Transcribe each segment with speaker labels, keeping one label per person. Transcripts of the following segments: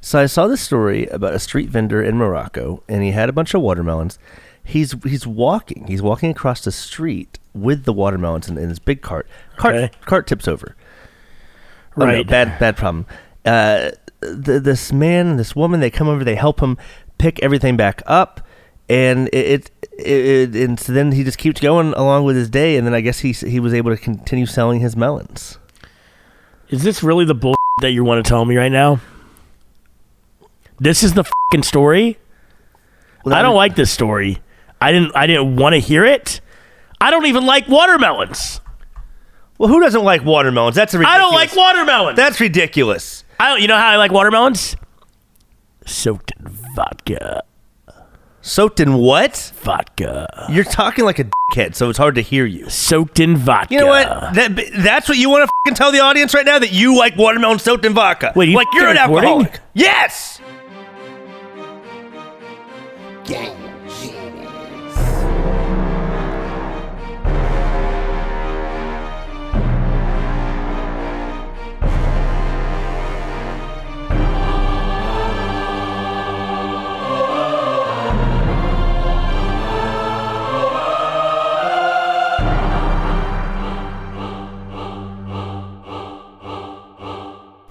Speaker 1: So I saw this story about a street vendor in Morocco, and he had a bunch of watermelons. He's he's walking. He's walking across the street with the watermelons in, in his big cart. Cart
Speaker 2: Okay.
Speaker 1: cart tips over. Oh, no,
Speaker 2: Right.
Speaker 1: bad bad problem. Uh, th- this man, and this woman, they come over. They help him pick everything back up, and it. it, it and so then he just keeps going along with his day, and then I guess he s- he was able to continue selling his melons.
Speaker 2: Is this really the bull that you want to tell me right now? This is the fucking story. I don't like this story. I didn't. I didn't want to hear it. I don't even like watermelons.
Speaker 1: Well, who doesn't like watermelons? That's a
Speaker 2: I
Speaker 1: ridiculous.
Speaker 2: don't like watermelons.
Speaker 1: That's ridiculous.
Speaker 2: I don't. You know how I like watermelons? Soaked in vodka.
Speaker 1: Soaked in what?
Speaker 2: Vodka.
Speaker 1: You're talking like a dickhead, so it's hard to hear you.
Speaker 2: Soaked in vodka.
Speaker 1: You know what? That that's what you want to fucking tell the audience right now that you like watermelon soaked in vodka.
Speaker 2: Wait, you
Speaker 1: like you're an
Speaker 2: did a recording?
Speaker 1: alcoholic. Yes.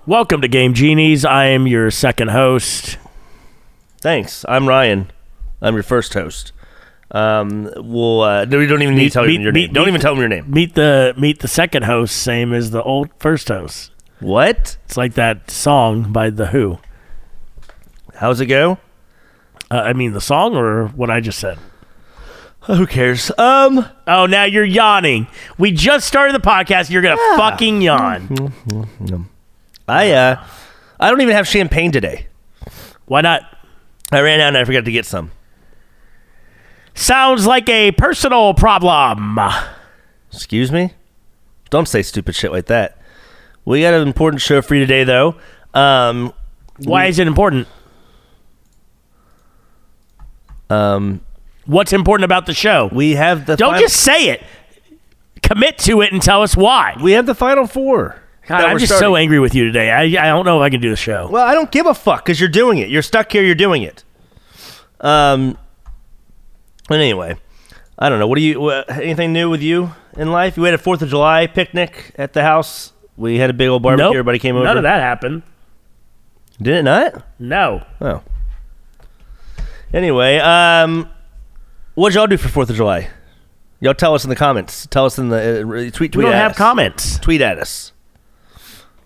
Speaker 2: Welcome to Game Genies. I am your second host.
Speaker 1: Thanks. I'm Ryan. I'm your first host. Um, we'll. Uh, no, you don't even need to tell
Speaker 2: Meet-
Speaker 1: me your
Speaker 2: meet-
Speaker 1: name. Don't
Speaker 2: meet-
Speaker 1: even tell me your name.
Speaker 2: Meet the meet the second host, same as the old first host.
Speaker 1: What?
Speaker 2: It's like that song by the Who.
Speaker 1: How's it go?
Speaker 2: Uh, I mean, the song or what I just said.
Speaker 1: Who cares? Um.
Speaker 2: Oh, now you're yawning. We just started the podcast. You're gonna fucking
Speaker 1: Mm-hmm.
Speaker 2: yawn.
Speaker 1: I uh. I don't even have champagne today.
Speaker 2: Why not?
Speaker 1: I ran out and I forgot to get some.
Speaker 2: Sounds like a personal problem.
Speaker 1: Excuse me? Don't say stupid shit like that. We got an important show for you today, though. Um,
Speaker 2: Why is it important?
Speaker 1: um,
Speaker 2: What's important about the show?
Speaker 1: we have the
Speaker 2: Don't
Speaker 1: fin-
Speaker 2: just say it. Commit to it and tell us why.
Speaker 1: we have the final four.
Speaker 2: God,
Speaker 1: that
Speaker 2: I'm
Speaker 1: we're
Speaker 2: just
Speaker 1: starting.
Speaker 2: so angry with you today. I, I don't know if I can do the show.
Speaker 1: Well, I don't give a fuck because you're doing it. You're stuck here. You're doing it. Um. But anyway, I don't know. What do you? wha anything new with you in life? You had a Fourth of July picnic at the house. We had a big old barbecue.
Speaker 2: Nope.
Speaker 1: Everybody came over.
Speaker 2: None of that happened.
Speaker 1: Did it not?
Speaker 2: No.
Speaker 1: Oh. Anyway, um, what'd y'all do for Fourth of July? Y'all tell us in the comments. Tell us in the uh, re- tweet. tweet
Speaker 2: We don't
Speaker 1: at
Speaker 2: have
Speaker 1: us.
Speaker 2: comments.
Speaker 1: Tweet at us.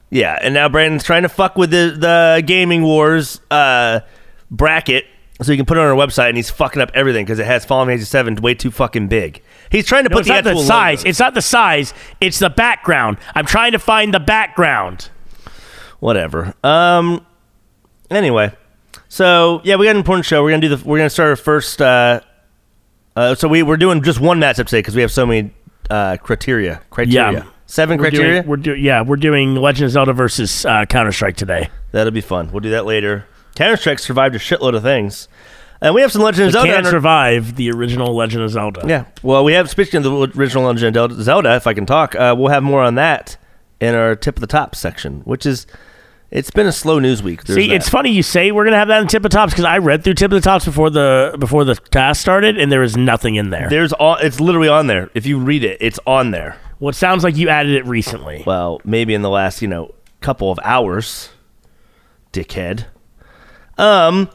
Speaker 1: Yeah, and now Brandon's trying to fuck with the the gaming wars uh, bracket, so you can put it on our website, and he's fucking up everything because it has Fallen Angel Seven way too fucking big. He's trying to
Speaker 2: No,
Speaker 1: put
Speaker 2: it's
Speaker 1: the
Speaker 2: not the
Speaker 1: actual
Speaker 2: size.
Speaker 1: logo.
Speaker 2: It's not the size. It's the background. I'm trying to find the background.
Speaker 1: whatever. Um. Anyway, so yeah, we got an important show. We're gonna do the. We're gonna start our first. Uh, uh, so we we're doing just one matchup today because we have so many uh, criteria. Criteria.
Speaker 2: Yeah.
Speaker 1: 7
Speaker 2: We're doing-
Speaker 1: criteria.
Speaker 2: we're do, yeah, we're doing Legend of Zelda versus uh, Counter Strike today.
Speaker 1: That'll be fun. We'll do that later. Counter Strike survived a shitload of things, and we have some Legend of Zelda.
Speaker 2: Can't
Speaker 1: on our-
Speaker 2: survive the original Legend of Zelda.
Speaker 1: yeah. Well, we have speaking of the original Legend of Zelda. If I can talk, uh, we'll have more on that in our tip of the top section, which is. It's been a slow news week. There's
Speaker 2: See,
Speaker 1: that.
Speaker 2: it's funny you say we're gonna have that in Tip of Tops because I read through Tip of the Tops before the before the task started and there was nothing in there.
Speaker 1: there's all. It's literally on there. If you read it, it's on there.
Speaker 2: Well, it sounds like you added it recently.
Speaker 1: Well, maybe in the last, you know, couple of hours, dickhead. Um,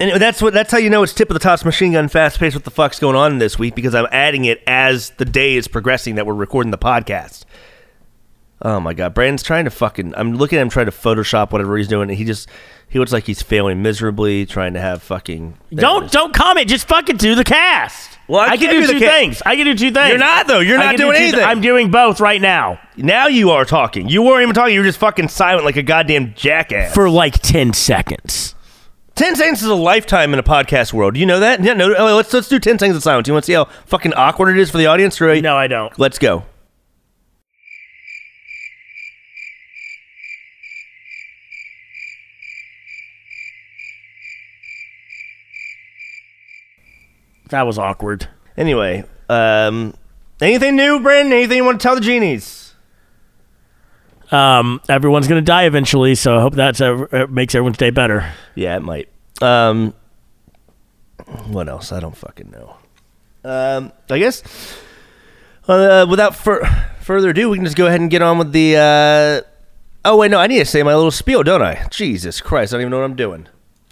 Speaker 1: and that's what that's how you know it's tip of the tops, machine gun, fast pace. What the fuck's going on this week? Because I'm adding it as the day is progressing that we're recording the podcast. Oh my god, Brandon's trying to fucking. I'm looking at him trying to Photoshop whatever he's doing, and he just he looks like he's failing miserably, trying to have fucking.
Speaker 2: Don't don't comment. Just fucking do the cast.
Speaker 1: Well, I can't
Speaker 2: can
Speaker 1: do
Speaker 2: do,
Speaker 1: the
Speaker 2: two
Speaker 1: ca-
Speaker 2: things. I can do two things.
Speaker 1: You're not, though. You're
Speaker 2: I
Speaker 1: not
Speaker 2: can do
Speaker 1: doing
Speaker 2: two thi-
Speaker 1: anything.
Speaker 2: I'm doing both right now
Speaker 1: Now you are talking. You weren't even talking. You were just fucking silent like a goddamn jackass.
Speaker 2: for like ten seconds.
Speaker 1: Ten seconds is a lifetime in a podcast world. You know that? Yeah, no. oh, Let's let's do ten seconds of silence. You want to see how fucking awkward it is for the audience, right?
Speaker 2: No, I don't.
Speaker 1: Let's go.
Speaker 2: That was awkward.
Speaker 1: Anyway, um, anything new, Brandon? Anything you want to tell the genies?
Speaker 2: Um, everyone's gonna die eventually, so I hope that's uh, uh, makes everyone's day better.
Speaker 1: Yeah, it might. Um, what else? I don't fucking know. Um, I guess uh, without fur- further ado, we can just go ahead and get on with the. Uh, oh wait, no, I need to say my little spiel, don't I? Jesus Christ, I don't even know what I'm doing.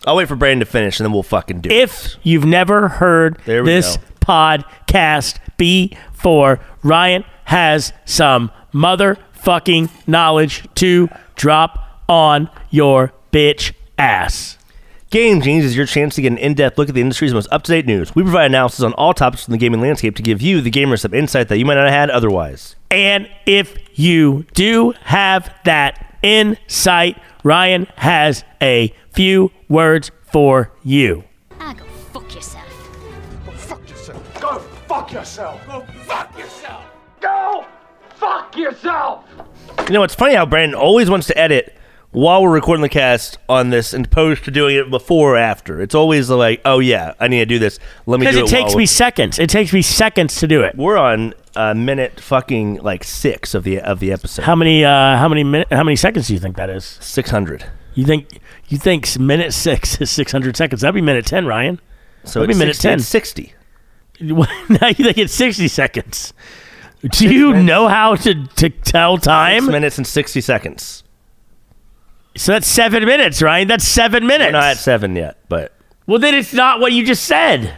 Speaker 1: I'll wait for Brandon to finish, and then we'll fucking do it.
Speaker 2: If you've never heard
Speaker 1: There we
Speaker 2: this
Speaker 1: go.
Speaker 2: podcast before, Ryan has some motherfucking knowledge to drop on your bitch ass.
Speaker 1: Game Genies is your chance to get an in-depth look at the industry's most up-to-date news. We provide analysis on all topics in the gaming landscape to give you, the gamer, some insight that you might not have had otherwise.
Speaker 2: And if you do have that insight, Ryan has a few words for you.
Speaker 3: Ah, go fuck yourself.
Speaker 4: Go fuck yourself. Go fuck yourself. Go fuck yourself. Go fuck yourself.
Speaker 1: You know, it's funny how Brandon always wants to edit while we're recording the cast on this, and opposed to doing it before or after. It's always like, oh yeah, I need to do this. Let me do
Speaker 2: Because
Speaker 1: it.
Speaker 2: it takes
Speaker 1: while-
Speaker 2: me seconds. It takes me seconds to do it.
Speaker 1: We're on uh, minute fucking like six of the of the episode.
Speaker 2: How many uh, how many minutes how many seconds do you think that is?
Speaker 1: Six hundred.
Speaker 2: You think you think minute 6 is 600 seconds. That'd be minute 10, Ryan.
Speaker 1: So
Speaker 2: That'd be
Speaker 1: it's
Speaker 2: minute
Speaker 1: 60
Speaker 2: 10.
Speaker 1: it's Sixty.
Speaker 2: now you think it's 60 seconds. Do you know how to, to tell
Speaker 1: Six
Speaker 2: time?
Speaker 1: minutes and sixty seconds.
Speaker 2: So that's 7 minutes, Ryan. That's 7 minutes.
Speaker 1: We're not at seven yet, but
Speaker 2: well, then it's not what you just said.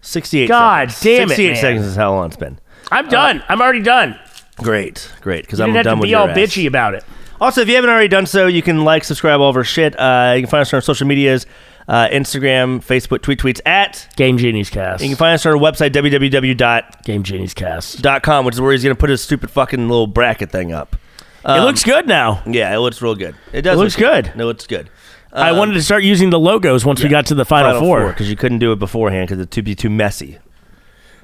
Speaker 1: sixty-eight.
Speaker 2: God
Speaker 1: seconds.
Speaker 2: damn it,
Speaker 1: Sixty-eight
Speaker 2: man.
Speaker 1: seconds is how long it's been.
Speaker 2: I'm done. I'm already done.
Speaker 1: Great, great. Because
Speaker 2: You
Speaker 1: I'm
Speaker 2: didn't
Speaker 1: done
Speaker 2: have to
Speaker 1: with
Speaker 2: be all
Speaker 1: your ass.
Speaker 2: bitchy about it.
Speaker 1: Also, if you haven't already done so, you can like, subscribe, all of our shit. Uh, you can find us on our social medias uh, Instagram, Facebook, Tweet Tweets, at.
Speaker 2: Game Genies Cast.
Speaker 1: You can find us on our website, www.com,
Speaker 2: Game Genies Cast.
Speaker 1: which is where he's going to put his stupid fucking little bracket thing up.
Speaker 2: it looks good now.
Speaker 1: Yeah, it looks real good. It does.
Speaker 2: It looks
Speaker 1: look
Speaker 2: good.
Speaker 1: It looks good.
Speaker 2: I wanted to start using the logos once we got to the um, final, four.
Speaker 1: because you couldn't do it beforehand because it'd be too messy.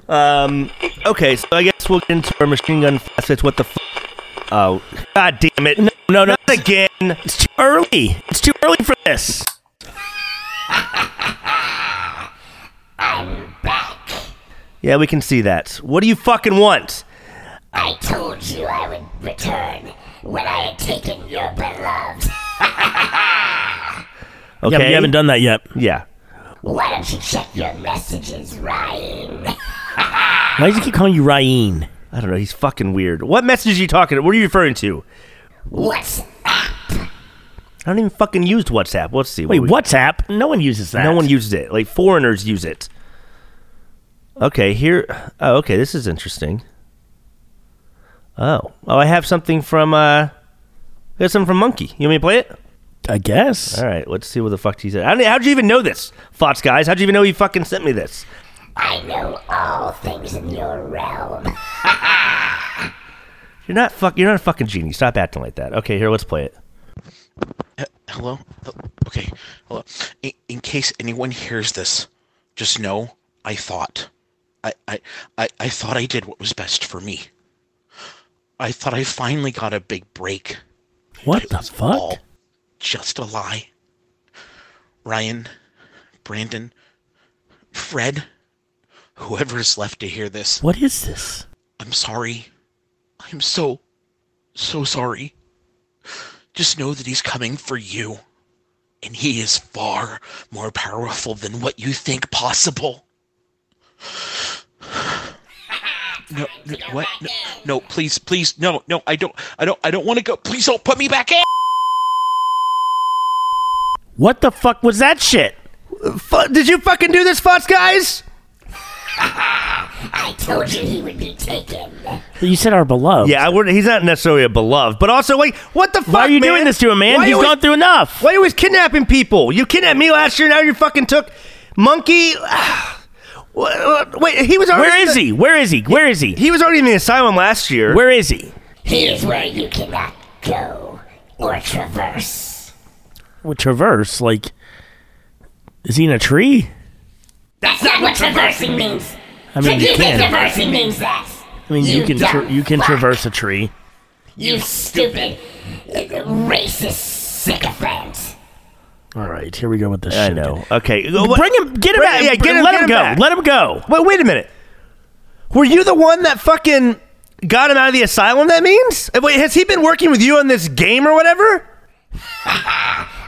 Speaker 1: Um. Okay, so I guess we'll get into our machine gun fast. It's what the. F- oh, god damn it!
Speaker 2: No, no,
Speaker 1: Not again.
Speaker 2: it's too early. It's too early for this.
Speaker 1: Yeah, we can see that. What do you fucking want?
Speaker 5: I told you I would return when I had taken your beloved.
Speaker 1: Okay.
Speaker 2: Yeah, but you haven't done that yet.
Speaker 1: Yeah.
Speaker 5: Why don't you check your messages, Ryan?
Speaker 2: Why does he keep calling you Ryan?
Speaker 1: I don't know. He's fucking weird. What message are you talking? What are you referring to?
Speaker 5: What's
Speaker 1: I don't even fucking use WhatsApp. Let's see.
Speaker 2: Wait,
Speaker 1: we-
Speaker 2: WhatsApp? No one uses that.
Speaker 1: No one uses it. Like foreigners use it. Okay, here. Oh, okay. This is interesting. Oh, oh, I have something from. uh I got something from Monkey. You want me to play it?
Speaker 2: I guess.
Speaker 1: All right. Let's see what the fuck he said. I don't- How'd you even know this, Fox guys? How'd you even know he fucking sent me this?
Speaker 5: I know all things in your realm.
Speaker 1: You're not fuck. You're not a fucking genie. Stop acting like that. Okay, here. Let's play it.
Speaker 6: Uh, Hello? Hel- Okay, hello. In, in case anyone hears this, just know I thought. I, I, I, I thought I did what was best for me. I thought I finally got a big break.
Speaker 2: What the
Speaker 6: It's
Speaker 2: fuck?
Speaker 6: all just a lie. Ryan, Brandon, Fred, whoever's left to hear this,
Speaker 2: What is this?
Speaker 6: I'm sorry. I'm so, so sorry. Just know that he's coming for you. And he is far more powerful than what you think possible. No, no what? No, no, please, please, no, no, I don't, I don't, I don't want to go. Please don't put me back in.
Speaker 2: What the fuck was that shit?
Speaker 1: Fu- did you fucking do this, Fox guys?
Speaker 5: I told you he would be taken.
Speaker 2: You said our beloved.
Speaker 1: Yeah, I would, he's not necessarily a beloved, but also like, what the fuck?
Speaker 2: Why are you
Speaker 1: man?
Speaker 2: doing this to him, man?
Speaker 1: Why
Speaker 2: He's
Speaker 1: you always-
Speaker 2: gone through enough.
Speaker 1: Why are you always kidnapping people? You kidnapped me last year. Now you fucking took monkey. Wait, wait, he was already.
Speaker 2: Where is he? Where is he? Where is he?
Speaker 1: He was already in the asylum last year.
Speaker 2: Where is he?
Speaker 5: Here's where you cannot go or traverse.
Speaker 2: Well, traverse, like, is he in a tree?
Speaker 5: That's not what traversing means.
Speaker 2: I mean,
Speaker 5: Do
Speaker 2: you
Speaker 5: you think
Speaker 2: can.
Speaker 5: traversing means that?
Speaker 2: I mean, you can
Speaker 5: dumb
Speaker 2: tra- you can
Speaker 5: fuck.
Speaker 2: traverse a tree.
Speaker 5: You stupid, uh, racist sycophant.
Speaker 2: All right, here we go with this.
Speaker 1: I
Speaker 2: shit.
Speaker 1: know. Okay,
Speaker 2: Bring him. Get him
Speaker 1: Bring-
Speaker 2: back.
Speaker 1: yeah, get him-
Speaker 2: Let
Speaker 1: get
Speaker 2: him
Speaker 1: him
Speaker 2: go.
Speaker 1: back.
Speaker 2: Let him go.
Speaker 1: Wait, wait a minute. Were you the one that fucking got him out of the asylum, that means? Uh, Wait, has he been working with you on this game or whatever?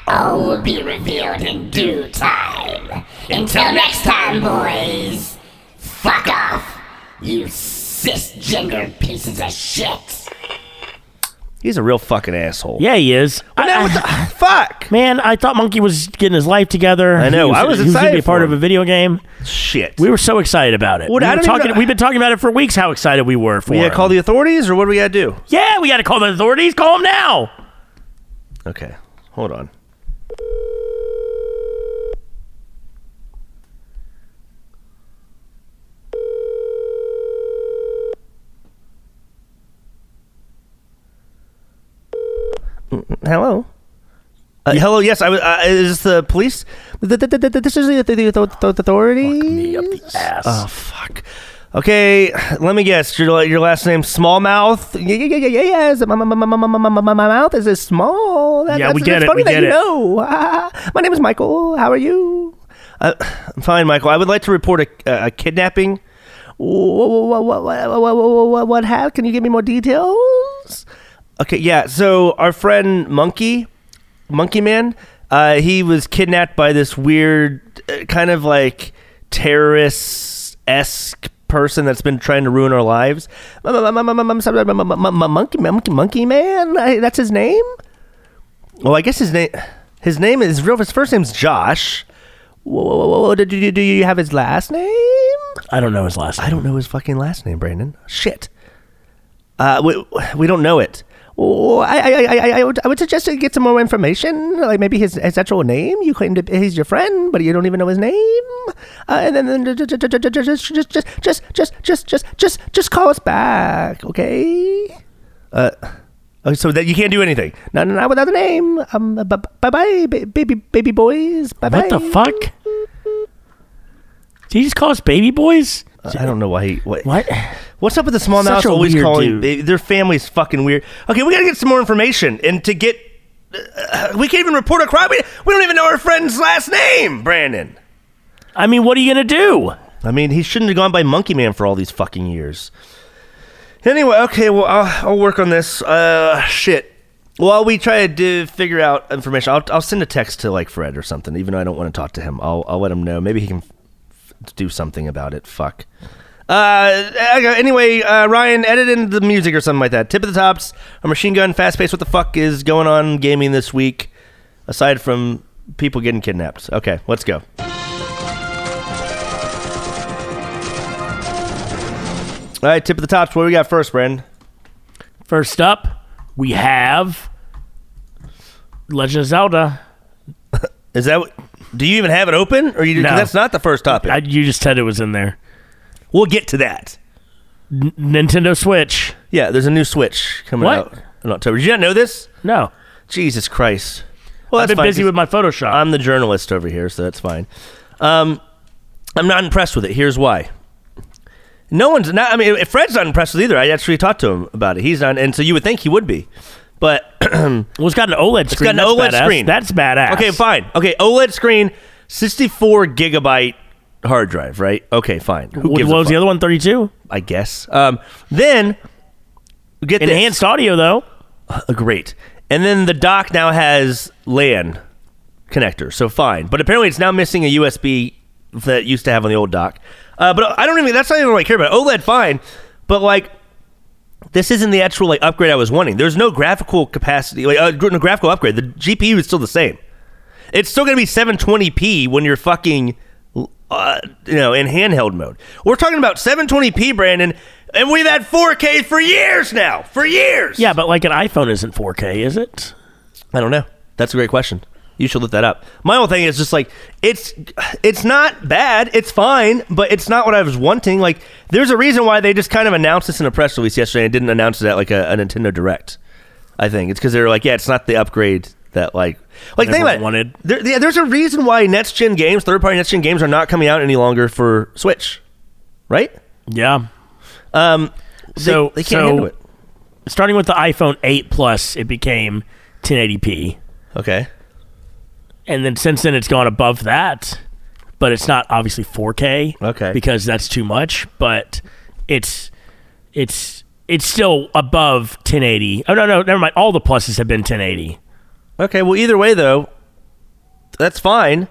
Speaker 5: All will be revealed in due time. Until next time, boys. Fuck off, you cisgender pieces of shit.
Speaker 1: He's a real fucking asshole.
Speaker 2: Yeah, he is. I-
Speaker 1: Now, what
Speaker 2: I-
Speaker 1: the fuck?
Speaker 2: man, I thought Monkey was getting his life together.
Speaker 1: I know.
Speaker 2: He
Speaker 1: I was
Speaker 2: he gonna
Speaker 1: excited
Speaker 2: be a part
Speaker 1: for
Speaker 2: of
Speaker 1: him.
Speaker 2: a video game.
Speaker 1: Shit.
Speaker 2: We were so excited about it.
Speaker 1: What,
Speaker 2: we
Speaker 1: I
Speaker 2: were
Speaker 1: don't even
Speaker 2: talking,
Speaker 1: know-
Speaker 2: we've been talking about it for weeks. How excited we were for
Speaker 1: yeah,
Speaker 2: him.
Speaker 1: call the authorities or what do we gotta do?
Speaker 2: yeah, we got to call the authorities. Call them now.
Speaker 1: Okay, hold on. Mm, Hello. Uh, hello. Yes, I was. Uh, is this the police? Th- th- th- th- This is the, the, the, the authority.
Speaker 2: Me up the ass.
Speaker 1: Oh fuck. Okay, let me guess. Your your last name Smallmouth. Yeah, yeah, yeah, yeah, yeah. Is it my, my, my, my, my, my, my, my mouth is it small? That,
Speaker 2: Yeah,
Speaker 1: that's,
Speaker 2: we get
Speaker 1: that's
Speaker 2: it,
Speaker 1: Funny
Speaker 2: we
Speaker 1: that
Speaker 2: get
Speaker 1: you
Speaker 2: it.
Speaker 1: know. Ah, my name is Michael. How are you? Uh, I'm fine, Michael. I would like to report a, a kidnapping. What what what what what what, what, what happened? Can you give me more details? Okay, yeah. So our friend Monkey, Monkey Man, uh, he was kidnapped by this weird, uh, kind of like terrorist esque person that's been trying to ruin our lives. M- m- m- m- m- m- sorry, m- m- m- m- Monkey, monkey, monkey man. I- That's his name. Well, I guess his name, his name is real. His first name's Josh. Whoa, whoa, whoa, whoa. Do, do, do you have his last name?
Speaker 2: I don't know his last name.
Speaker 1: I don't know his fucking last name, Brandon. Shit. Uh, we, we don't know it. Oh, I, I, I, I, I, would, I would suggest you get some more information. Like maybe his, his actual name. You claim to, he's your friend, but you don't even know his name. Uh, and then, then ju- ju- ju- ju- ju- ju- just, just, just, just, just, just, just, just, just call us back, okay? Uh, oh, so that you can't do anything. No, no, not without the name. Um, bye, bye, baby, baby boys. Bye, bye.
Speaker 2: What the fuck? Did he just call us baby boys?
Speaker 1: I don't know why he. What?
Speaker 2: What?
Speaker 1: What's up with the small
Speaker 2: Such
Speaker 1: mouths
Speaker 2: a
Speaker 1: always
Speaker 2: weird
Speaker 1: calling?
Speaker 2: dude.
Speaker 1: They, their family's fucking weird. Okay, we gotta get some more information, and to get, uh, we can't even report a crime. We, we don't even know our friend's last name, Brandon.
Speaker 2: I mean, what are you gonna do?
Speaker 1: I mean, he shouldn't have gone by Monkey Man for all these fucking years. Anyway, okay, well, I'll, I'll work on this. Uh, shit. While we try to figure out information, I'll, I'll send a text to like Fred or something. Even though I don't want to talk to him, I'll, I'll let him know. Maybe he can f- do something about it. Fuck. Uh, okay, anyway, uh, Ryan, edit in the music or something like that. Tip of the tops, a machine gun, fast pace. What the fuck is going on in gaming this week? Aside from people getting kidnapped. Okay, let's go. All right, tip of the tops. What do we got first, Brandon?
Speaker 2: First up, we have Legend of Zelda.
Speaker 1: Is that? what- Do you even have it open, or you? 'cause
Speaker 2: No.
Speaker 1: That's not the first topic.
Speaker 2: I, you just said it was in there.
Speaker 1: we'll get to that.
Speaker 2: Nintendo Switch.
Speaker 1: Yeah, there's a new Switch coming
Speaker 2: What?
Speaker 1: out in October. Did you not know this?
Speaker 2: No,
Speaker 1: Jesus Christ! Well,
Speaker 2: I've been busy with my Photoshop.
Speaker 1: I'm the journalist over here, so that's fine. Um, I'm not impressed with it. Here's why. No one's not. I mean, if Fred's not impressed with it either. I actually talked to him about it. He's not, and so you would think he would be, but
Speaker 2: well, it's got an OLED screen.
Speaker 1: got an
Speaker 2: That's
Speaker 1: OLED
Speaker 2: badass.
Speaker 1: screen.
Speaker 2: That's badass.
Speaker 1: Okay, fine. Okay, OLED screen, 64 gigabyte hard drive, right? Okay, fine. Who
Speaker 2: What,
Speaker 1: gives
Speaker 2: what
Speaker 1: a
Speaker 2: was the
Speaker 1: fuck?
Speaker 2: other one? Thirty-two.
Speaker 1: I guess. Um, then we get
Speaker 2: Enhanced
Speaker 1: this.
Speaker 2: audio though.
Speaker 1: Uh, great. And then the dock now has LAN connector, so fine. But apparently, it's now missing a USB that it used to have on the old dock. Uh, but I don't even. That's not even what I care about. OLED, fine. But like, this isn't the actual like upgrade I was wanting. There's no graphical capacity, like uh, gr- no graphical upgrade. The GPU is still the same. It's still going to be 720p when you're fucking, uh, you know, in handheld mode. We're talking about 720p, Brandon, and we've had 4K for years now. For years.
Speaker 2: Yeah, but like an iPhone isn't 4K, is it?
Speaker 1: I don't know. That's a great question. You should look that up. My whole thing is just like it's it's not bad. It's fine, but it's not what I was wanting. Like there's a reason why they just kind of announced this in a press release yesterday and didn't announce it at like a, a Nintendo Direct. I think it's because they were like, yeah, it's not the upgrade that like like think about
Speaker 2: Everyone
Speaker 1: it.
Speaker 2: wanted.
Speaker 1: There, yeah, there's a reason why next gen games, third party next gen games, are not coming out any longer for Switch, right?
Speaker 2: Yeah.
Speaker 1: Um,
Speaker 2: So-
Speaker 1: they, they can't
Speaker 2: so-
Speaker 1: handle it.
Speaker 2: Starting with the iPhone 8 Plus, it became 1080p.
Speaker 1: Okay,
Speaker 2: and then since then it's gone above that but it's not obviously 4k
Speaker 1: Okay.
Speaker 2: because that's too much but it's it's it's still above 1080. Oh no, no, never mind. All the pluses have been 1080.
Speaker 1: Okay, well, either way though, that's fine.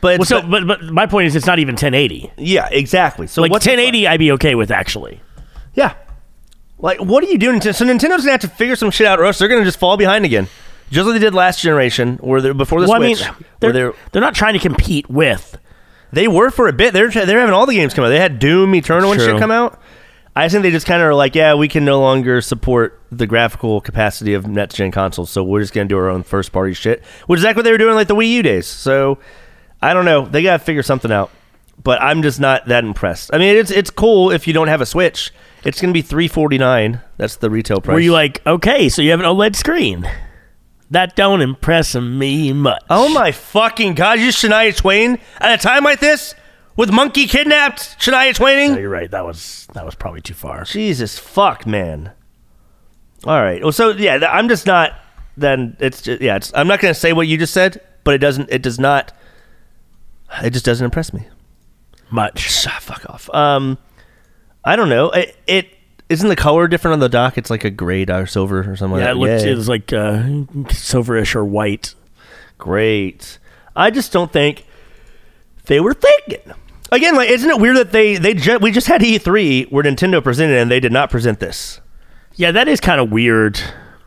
Speaker 1: But,
Speaker 2: Well, so
Speaker 1: but-
Speaker 2: but but my point is, it's not even 1080.
Speaker 1: yeah, exactly. So
Speaker 2: Like
Speaker 1: what's the
Speaker 2: 1080, I'd be okay with actually.
Speaker 1: fu- Yeah. Like, what are you doing? So Nintendo's gonna have to figure some shit out, or else they're gonna just fall behind again, just like they did last generation, or they're- before the
Speaker 2: Well, I mean,
Speaker 1: Switch.
Speaker 2: they're,
Speaker 1: where they're-
Speaker 2: they're not trying to compete with.
Speaker 1: They were for a bit. They're they're having all the games come out. They had Doom Eternal and
Speaker 2: True.
Speaker 1: shit come out. I think they just kind of are like, yeah, we can no longer support the graphical capacity of next gen consoles, so we're just gonna do our own first party shit, which is exactly what they were doing like the Wii U days. So I don't know. They gotta figure something out. But I'm just not that impressed. I mean, it's it's cool if you don't have a Switch. It's gonna be three forty nine. That's the retail price.
Speaker 2: Were you like, okay, so you have an OLED screen? That don't impress me much.
Speaker 1: Oh my fucking god! You Shania Twain at a time like this with monkey kidnapped Shania Twaining.
Speaker 2: No, you're right. That was that was probably too far.
Speaker 1: Jesus fuck, man. All right. Well, so yeah, th- I'm just not. Then it's just, yeah. It's, I'm not gonna say what you just said, but it doesn't. It does not. It just doesn't impress me.
Speaker 2: Much.
Speaker 1: Ah, fuck off. Um, I don't know. It, it isn't the color different on the dock. It's like a gray or silver or something.
Speaker 2: Yeah, it
Speaker 1: like that.
Speaker 2: looked it was like uh, silverish or white.
Speaker 1: great. I just don't think they were thinking. Again, like, isn't it weird that they they ju- we just had E3 where Nintendo presented and they did not present this.
Speaker 2: Yeah, that is kind of weird.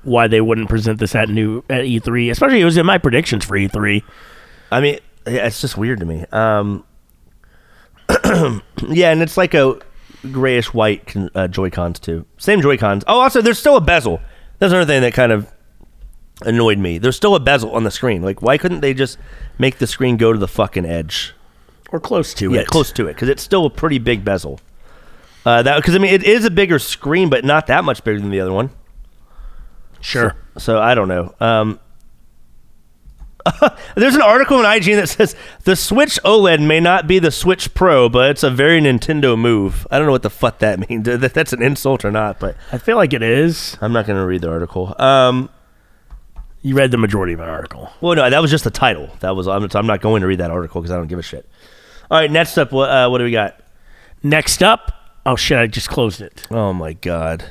Speaker 2: Why they wouldn't present this at new at E3, especially it was in my predictions for E E3.
Speaker 1: I mean, yeah, it's just weird to me. Um, yeah, and it's like a grayish white con- uh, Joy Cons too. Same Joy Cons. Oh, also, there's still a bezel. That's another thing that kind of annoyed me. There's still a bezel on the screen. Like, why couldn't they just make the screen go to the fucking edge?
Speaker 2: or close to
Speaker 1: Yeah,
Speaker 2: it.
Speaker 1: close to it because it's still a pretty big bezel. Uh, that because I mean, it is a bigger screen, but not that much bigger than the other one.
Speaker 2: Sure.
Speaker 1: So I don't know. Um, there's an article in IGN that says the Switch OLED may not be the Switch Pro, but it's a very Nintendo move. I don't know what the fuck that means. If that's an insult or not, but
Speaker 2: I feel like it is.
Speaker 1: I'm not going to read the article. Um,
Speaker 2: You read the majority of an article.
Speaker 1: well, no, that was just the title. That was I'm, I'm not going to read that article because I don't give a shit. All right, next up, what uh, what do we got?
Speaker 2: Next up, oh shit, I just closed it.
Speaker 1: Oh my god,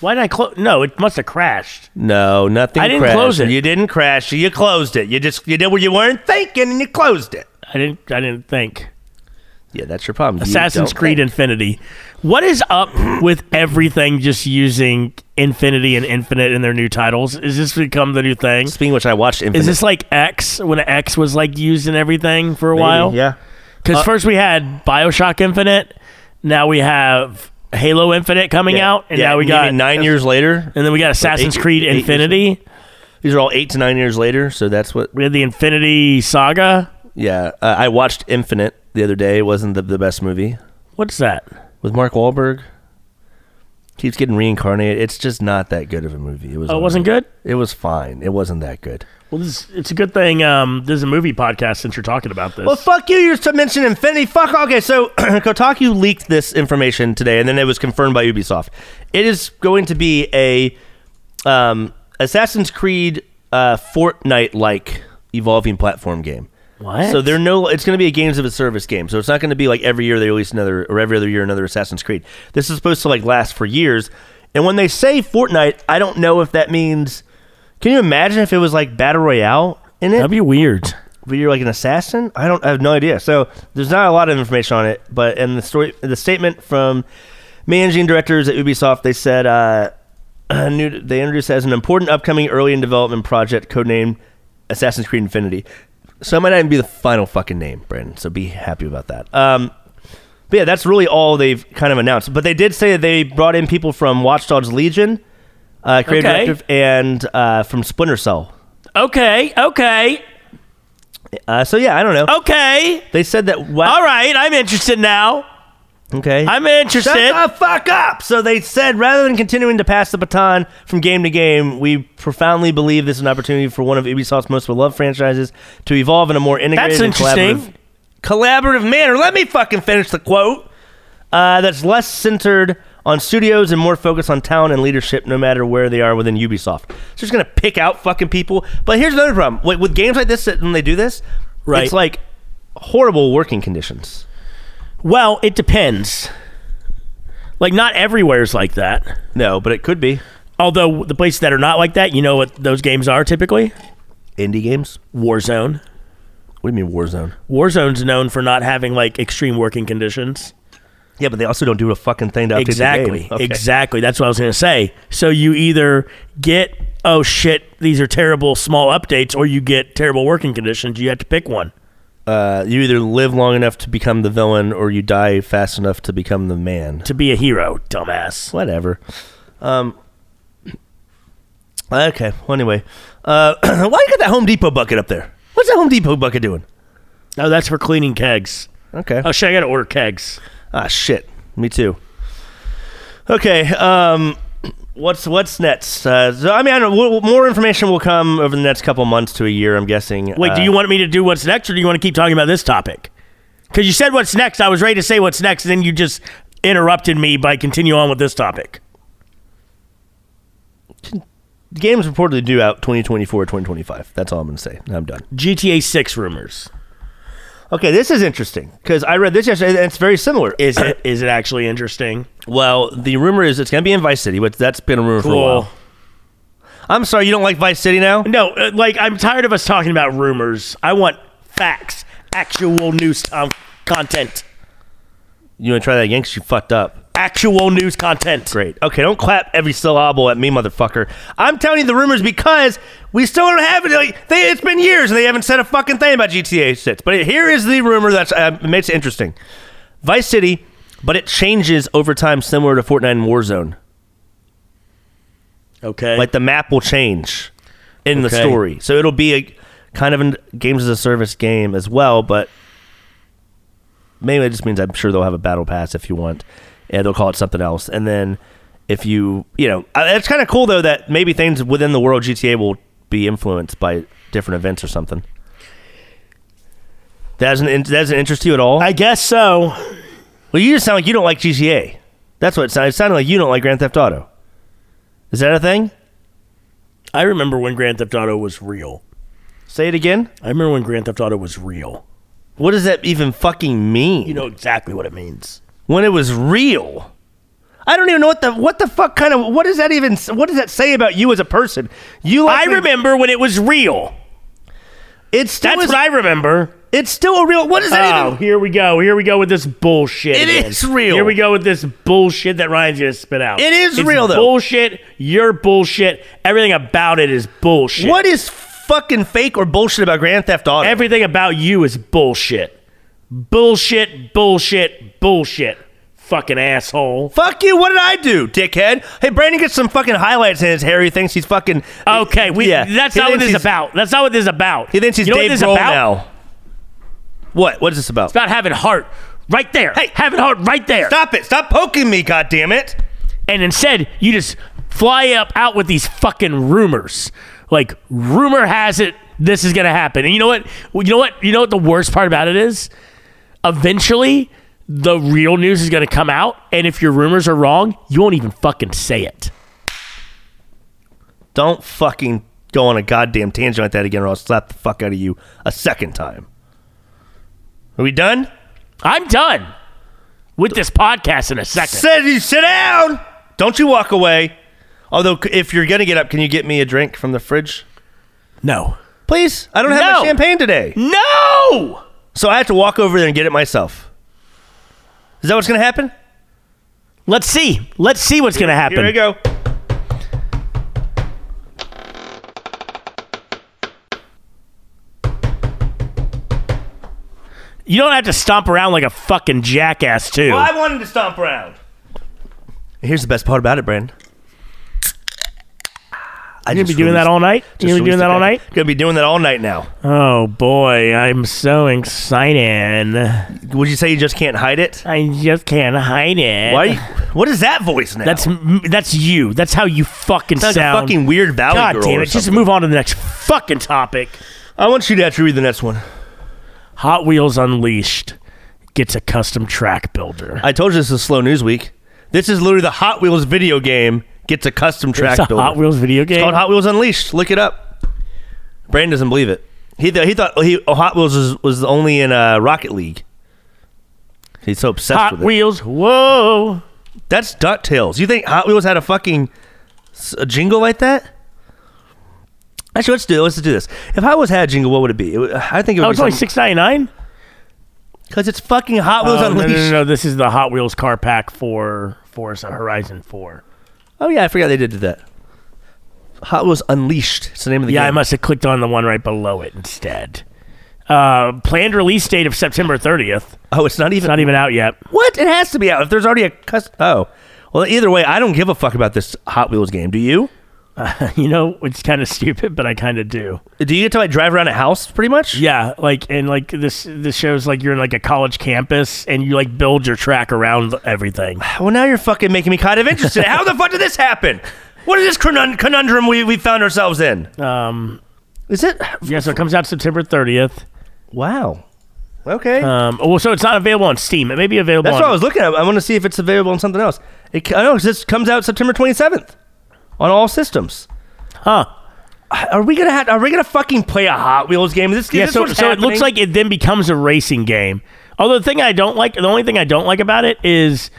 Speaker 2: Why did I close? No, it must have crashed.
Speaker 1: no, nothing.
Speaker 2: I didn't
Speaker 1: crashed.
Speaker 2: close it.
Speaker 1: You didn't crash. You closed it. You just you did what you weren't thinking and you closed it.
Speaker 2: I didn't. I didn't think.
Speaker 1: Yeah, that's your problem. You
Speaker 2: Assassin's
Speaker 1: don't
Speaker 2: Creed
Speaker 1: think.
Speaker 2: Infinity. What is up with everything just using Infinity and Infinite in their new titles? Is this become the new thing?
Speaker 1: Speaking of which, I watched Infinite.
Speaker 2: Is this like X when X was like used in everything for a while?
Speaker 1: Yeah. Uh,
Speaker 2: Because first we had Bioshock Infinite, now we have Halo Infinite coming out, and now we
Speaker 1: you
Speaker 2: got
Speaker 1: mean nine years later.
Speaker 2: and then we got Assassin's
Speaker 1: eight-
Speaker 2: Creed
Speaker 1: eight years
Speaker 2: Infinity.
Speaker 1: These are all eight to nine years later, so that's what.
Speaker 2: We had the Infinity Saga.
Speaker 1: Yeah, uh, I watched Infinite the other day. It wasn't the, the best movie
Speaker 2: What's that?
Speaker 1: with Mark Wahlberg. Keeps getting reincarnated. It's just not that good of a movie. It was.
Speaker 2: Oh, it wasn't
Speaker 1: alright.
Speaker 2: good?
Speaker 1: It was fine. It wasn't that good.
Speaker 2: Well, this, it's a good thing um, this is a movie podcast since you're talking about this.
Speaker 1: Well, fuck you. You're to mention Infinity. Fuck. Okay, so Kotaku leaked this information today, and then it was confirmed by Ubisoft. It is going to be a um, Assassin's Creed uh, Fortnite-like evolving platform game.
Speaker 2: What?
Speaker 1: So they're no. It's going to be a games of a service game. So it's not going to be like every year they release another or every other year another Assassin's Creed. This is supposed to like last for years. And when they say Fortnite, I don't know if that means. Can you imagine if it was like battle royale in it?
Speaker 2: That'd be weird.
Speaker 1: but you're like an assassin? I don't I have no idea. So there's not a lot of information on it, but in the story the statement from managing directors at Ubisoft, they said uh, uh, new, they introduced it as an important upcoming early in development project codenamed Assassin's Creed Infinity. So it might not even be the final fucking name, Brandon. So be happy about that. Um, but yeah, that's really all they've kind of announced. But they did say that they brought in people from Watch Dogs Legion, uh, Creative
Speaker 2: Okay.
Speaker 1: Directive, and uh, from Splinter Cell.
Speaker 2: Okay, okay,
Speaker 1: Uh, so yeah, I don't know.
Speaker 2: okay.
Speaker 1: They said that. Wow,
Speaker 2: Oh, All right, I'm interested now.
Speaker 1: Okay.
Speaker 2: I'm interested.
Speaker 1: Shut the fuck up! So they said rather than continuing to pass the baton from game to game, we profoundly believe this is an opportunity for one of Ubisoft's most beloved franchises to evolve in a more integrated
Speaker 2: That's
Speaker 1: and collaborative,
Speaker 2: interesting.
Speaker 1: collaborative manner. Let me fucking finish the quote. Uh, that's less centered on studios and more focused on talent and leadership, no matter where they are within Ubisoft. So just gonna pick out fucking people. But here's another problem with, with games like this. When they do this,
Speaker 2: Right.
Speaker 1: it's like horrible working conditions.
Speaker 2: Well, it depends. Like not everywhere's like that.
Speaker 1: No, but it could be
Speaker 2: Although the places that are not like that, you know what those games are typically?
Speaker 1: indie games.
Speaker 2: Warzone.
Speaker 1: What do you mean Warzone?
Speaker 2: Warzone's known for not having like extreme working conditions.
Speaker 1: Yeah, but they also don't do a fucking thing to update the
Speaker 2: Exactly.
Speaker 1: game. Okay.
Speaker 2: Exactly. That's what I was going to say. So you either get, oh shit, these are terrible small updates, or you get terrible working conditions. You have to pick one.
Speaker 1: Uh, you either live long enough to become the villain, or you die fast enough to become the man.
Speaker 2: To be a hero, dumbass.
Speaker 1: whatever. Um. Okay. Well, anyway, uh, why you got that Home Depot bucket up there? What's that Home Depot bucket doing?
Speaker 2: No, Oh, that's for cleaning kegs.
Speaker 1: Okay.
Speaker 2: Oh shit, I got to order kegs.
Speaker 1: Ah, shit. Me too. Okay. Um. What's what's next? Uh, so, I mean, I don't. W- w- more information will come over the next couple months to a year. I'm guessing.
Speaker 2: Wait,
Speaker 1: Uh,
Speaker 2: do you want me to do what's next, or do you want to keep talking about this topic? Because you said what's next. I was ready to say what's next, and then you just interrupted me by continue on with this topic.
Speaker 1: games reportedly due out 2024, 2025. That's all I'm going to say. I'm done.
Speaker 2: GTA 6 rumors.
Speaker 1: Okay, this is interesting because I read this yesterday, and it's very similar.
Speaker 2: Is it is it actually interesting?
Speaker 1: Well, the rumor is it's going to be in Vice City, but that's been a rumor for a while. I'm sorry, you don't like Vice City now?
Speaker 2: No, uh, like I'm tired of us talking about rumors. I want facts, actual news um, content,
Speaker 1: You want to try that again? 'Cause you fucked up.
Speaker 2: actual news content.
Speaker 1: Great. Okay, don't clap every syllable at me, motherfucker. I'm telling you the rumors because we still don't have it. Like, they, it's been years and they haven't said a fucking thing about GTA 6. But here is the rumor that uh, makes it interesting Vice City, but it changes over time, similar to Fortnite and Warzone.
Speaker 2: Okay.
Speaker 1: Like the map will change in the
Speaker 2: Okay.
Speaker 1: story. So it'll be a kind of a games as a service game as well, but mainly it just means I'm sure they'll have a battle pass if you want. And they'll call it something else. And then if you, you know, I- it's kind of cool though that maybe things within the world GTA will be influenced by different events or something. That doesn't in- that doesn't interest you at all.
Speaker 2: I guess so.
Speaker 1: well, you just sound like you don't like GTA. That's what it sounded. It sounded like you don't like Grand Theft Auto. Is that a thing?
Speaker 2: I remember when Grand Theft Auto was real.
Speaker 1: Say it again.
Speaker 2: I remember when Grand Theft Auto was real.
Speaker 1: What does that even fucking mean?
Speaker 2: You know exactly what it means.
Speaker 1: when it was real. I don't even know what the what the fuck kind of what does that even what does that say about you as a person? You like
Speaker 2: I remember when it was real.
Speaker 1: it's still
Speaker 2: That's
Speaker 1: is-
Speaker 2: what I remember.
Speaker 1: it's still a real what does that
Speaker 2: Oh,
Speaker 1: even
Speaker 2: here we go. Here we go with this bullshit.
Speaker 1: It
Speaker 2: again.
Speaker 1: is real.
Speaker 2: Here we go with this bullshit that Ryan's gonna spit out.
Speaker 1: It is
Speaker 2: It's
Speaker 1: real, though.
Speaker 2: Bullshit. You're bullshit. Everything about it is bullshit.
Speaker 1: what is fucking fake or bullshit about Grand Theft Auto?
Speaker 2: Everything about you is bullshit. Bullshit, bullshit, bullshit. Fucking asshole.
Speaker 1: Fuck you! What did I do, dickhead? Hey, Brandon gets some fucking highlights in his hair. He thinks he's fucking.
Speaker 2: Okay, we
Speaker 1: Yeah.
Speaker 2: that's
Speaker 1: He
Speaker 2: not what
Speaker 1: thinks
Speaker 2: this is
Speaker 1: he's-
Speaker 2: about. That's not what this is about.
Speaker 1: He thinks he's
Speaker 2: you know what
Speaker 1: Dave
Speaker 2: this is
Speaker 1: Grohl
Speaker 2: about?
Speaker 1: now. What? What is this about?
Speaker 2: It's about having heart. Right there. Hey, having heart right there.
Speaker 1: Stop it! Stop poking me! God damn it!
Speaker 2: and instead you just fly up out with these fucking rumors. Like rumor has it this is gonna happen. And you know what? You know what? You know what the worst part about it is? Eventually, the real news is gonna come out, and if your rumors are wrong, you won't even fucking say it.
Speaker 1: Don't fucking go on a goddamn tangent like that again, or I'll slap the fuck out of you a second time. Are we done?
Speaker 2: I'm done with this podcast in a second.
Speaker 1: Said you sit down. Don't you walk away. Although, c- if you're gonna get up, can you get me a drink from the fridge,
Speaker 2: No.
Speaker 1: please? I don't have
Speaker 2: No. Mm.
Speaker 1: my champagne today,
Speaker 2: No!
Speaker 1: so I have to walk over there and get it myself. Is that what's gonna happen?
Speaker 2: Let's see. Let's see what's going to happen.
Speaker 1: Here we go.
Speaker 2: You don't have to stomp around like a fucking jackass, too.
Speaker 1: I wanted to stomp around. Here's the best part about it, Brandon. I'm
Speaker 2: You're going to be doing that all night? You're going to be doing that all night?
Speaker 1: Gonna be doing that all night now.
Speaker 2: Oh, boy. I'm so excited.
Speaker 1: Would you say you just can't hide it?
Speaker 2: I just can't hide it.
Speaker 1: Why? What is that voice now?
Speaker 2: That's, that's you. That's how you fucking
Speaker 1: Sounds like
Speaker 2: sound.
Speaker 1: a fucking weird valley
Speaker 2: God
Speaker 1: girl.
Speaker 2: damn
Speaker 1: or
Speaker 2: it. Just
Speaker 1: something.
Speaker 2: move on to the next fucking topic.
Speaker 1: I want you to actually read the next one.
Speaker 2: Hot Wheels Unleashed gets a custom track builder.
Speaker 1: I told you this is a slow news week. This is literally the Hot Wheels video game gets a custom track
Speaker 2: It's a
Speaker 1: builder.
Speaker 2: Hot Wheels video game.
Speaker 1: It's called Hot Wheels Unleashed. Look it up. Brandon doesn't believe it. He th- he thought he oh, Hot Wheels was, was only in uh, Rocket League. He's so obsessed
Speaker 2: Hot
Speaker 1: with it.
Speaker 2: Wheels. Whoa.
Speaker 1: That's Ducktales. You think Hot Wheels had a fucking s- a jingle like that? Actually, let's do let's do this. If Hot Wheels had a jingle, what would it be? It would- I think it would
Speaker 2: Oh,
Speaker 1: be
Speaker 2: it's only
Speaker 1: something-
Speaker 2: six ninety nine.
Speaker 1: Because it's fucking Hot
Speaker 2: Oh,
Speaker 1: Wheels
Speaker 2: no, no,
Speaker 1: Unleashed.
Speaker 2: no, no, This is the Hot Wheels car pack for Forza Horizon Four.
Speaker 1: Oh yeah, I forgot they did do that. Hot Wheels Unleashed. It's the name of the
Speaker 2: Yeah,
Speaker 1: game.
Speaker 2: I must have clicked on the one right below it instead. Uh, planned release date of September thirtieth.
Speaker 1: Oh, it's not
Speaker 2: It's
Speaker 1: even.
Speaker 2: not even out yet.
Speaker 1: what? It has to be out. If there's already a cus- Oh, well. Either way, I don't give a fuck about this Hot Wheels game. Do you?
Speaker 2: You know, it's kind of stupid, but I kind of do.
Speaker 1: Do you get to like drive around a house pretty much?
Speaker 2: Yeah, like and like this this shows like you're in like a college campus and you like build your track around everything.
Speaker 1: Well, now you're fucking making me kind of interested. How the fuck did this happen? What is this conun- conundrum we, we found ourselves in?
Speaker 2: Um,
Speaker 1: Is it?
Speaker 2: yeah, so it comes out September thirtieth.
Speaker 1: Wow. Okay.
Speaker 2: Um, well, so it's not available on Steam. It may be available.
Speaker 1: That's
Speaker 2: on,
Speaker 1: what I was looking at. I want to see if it's available on something else. It, c- I know 'cause this comes out September 27th on all systems.
Speaker 2: Huh.
Speaker 1: Are we gonna have, are we gonna fucking play a Hot Wheels game? This
Speaker 2: Yeah,
Speaker 1: this
Speaker 2: so,
Speaker 1: what's
Speaker 2: so it
Speaker 1: happening?
Speaker 2: looks like it then becomes a racing game. Although the thing I don't like, the only thing I don't like about it is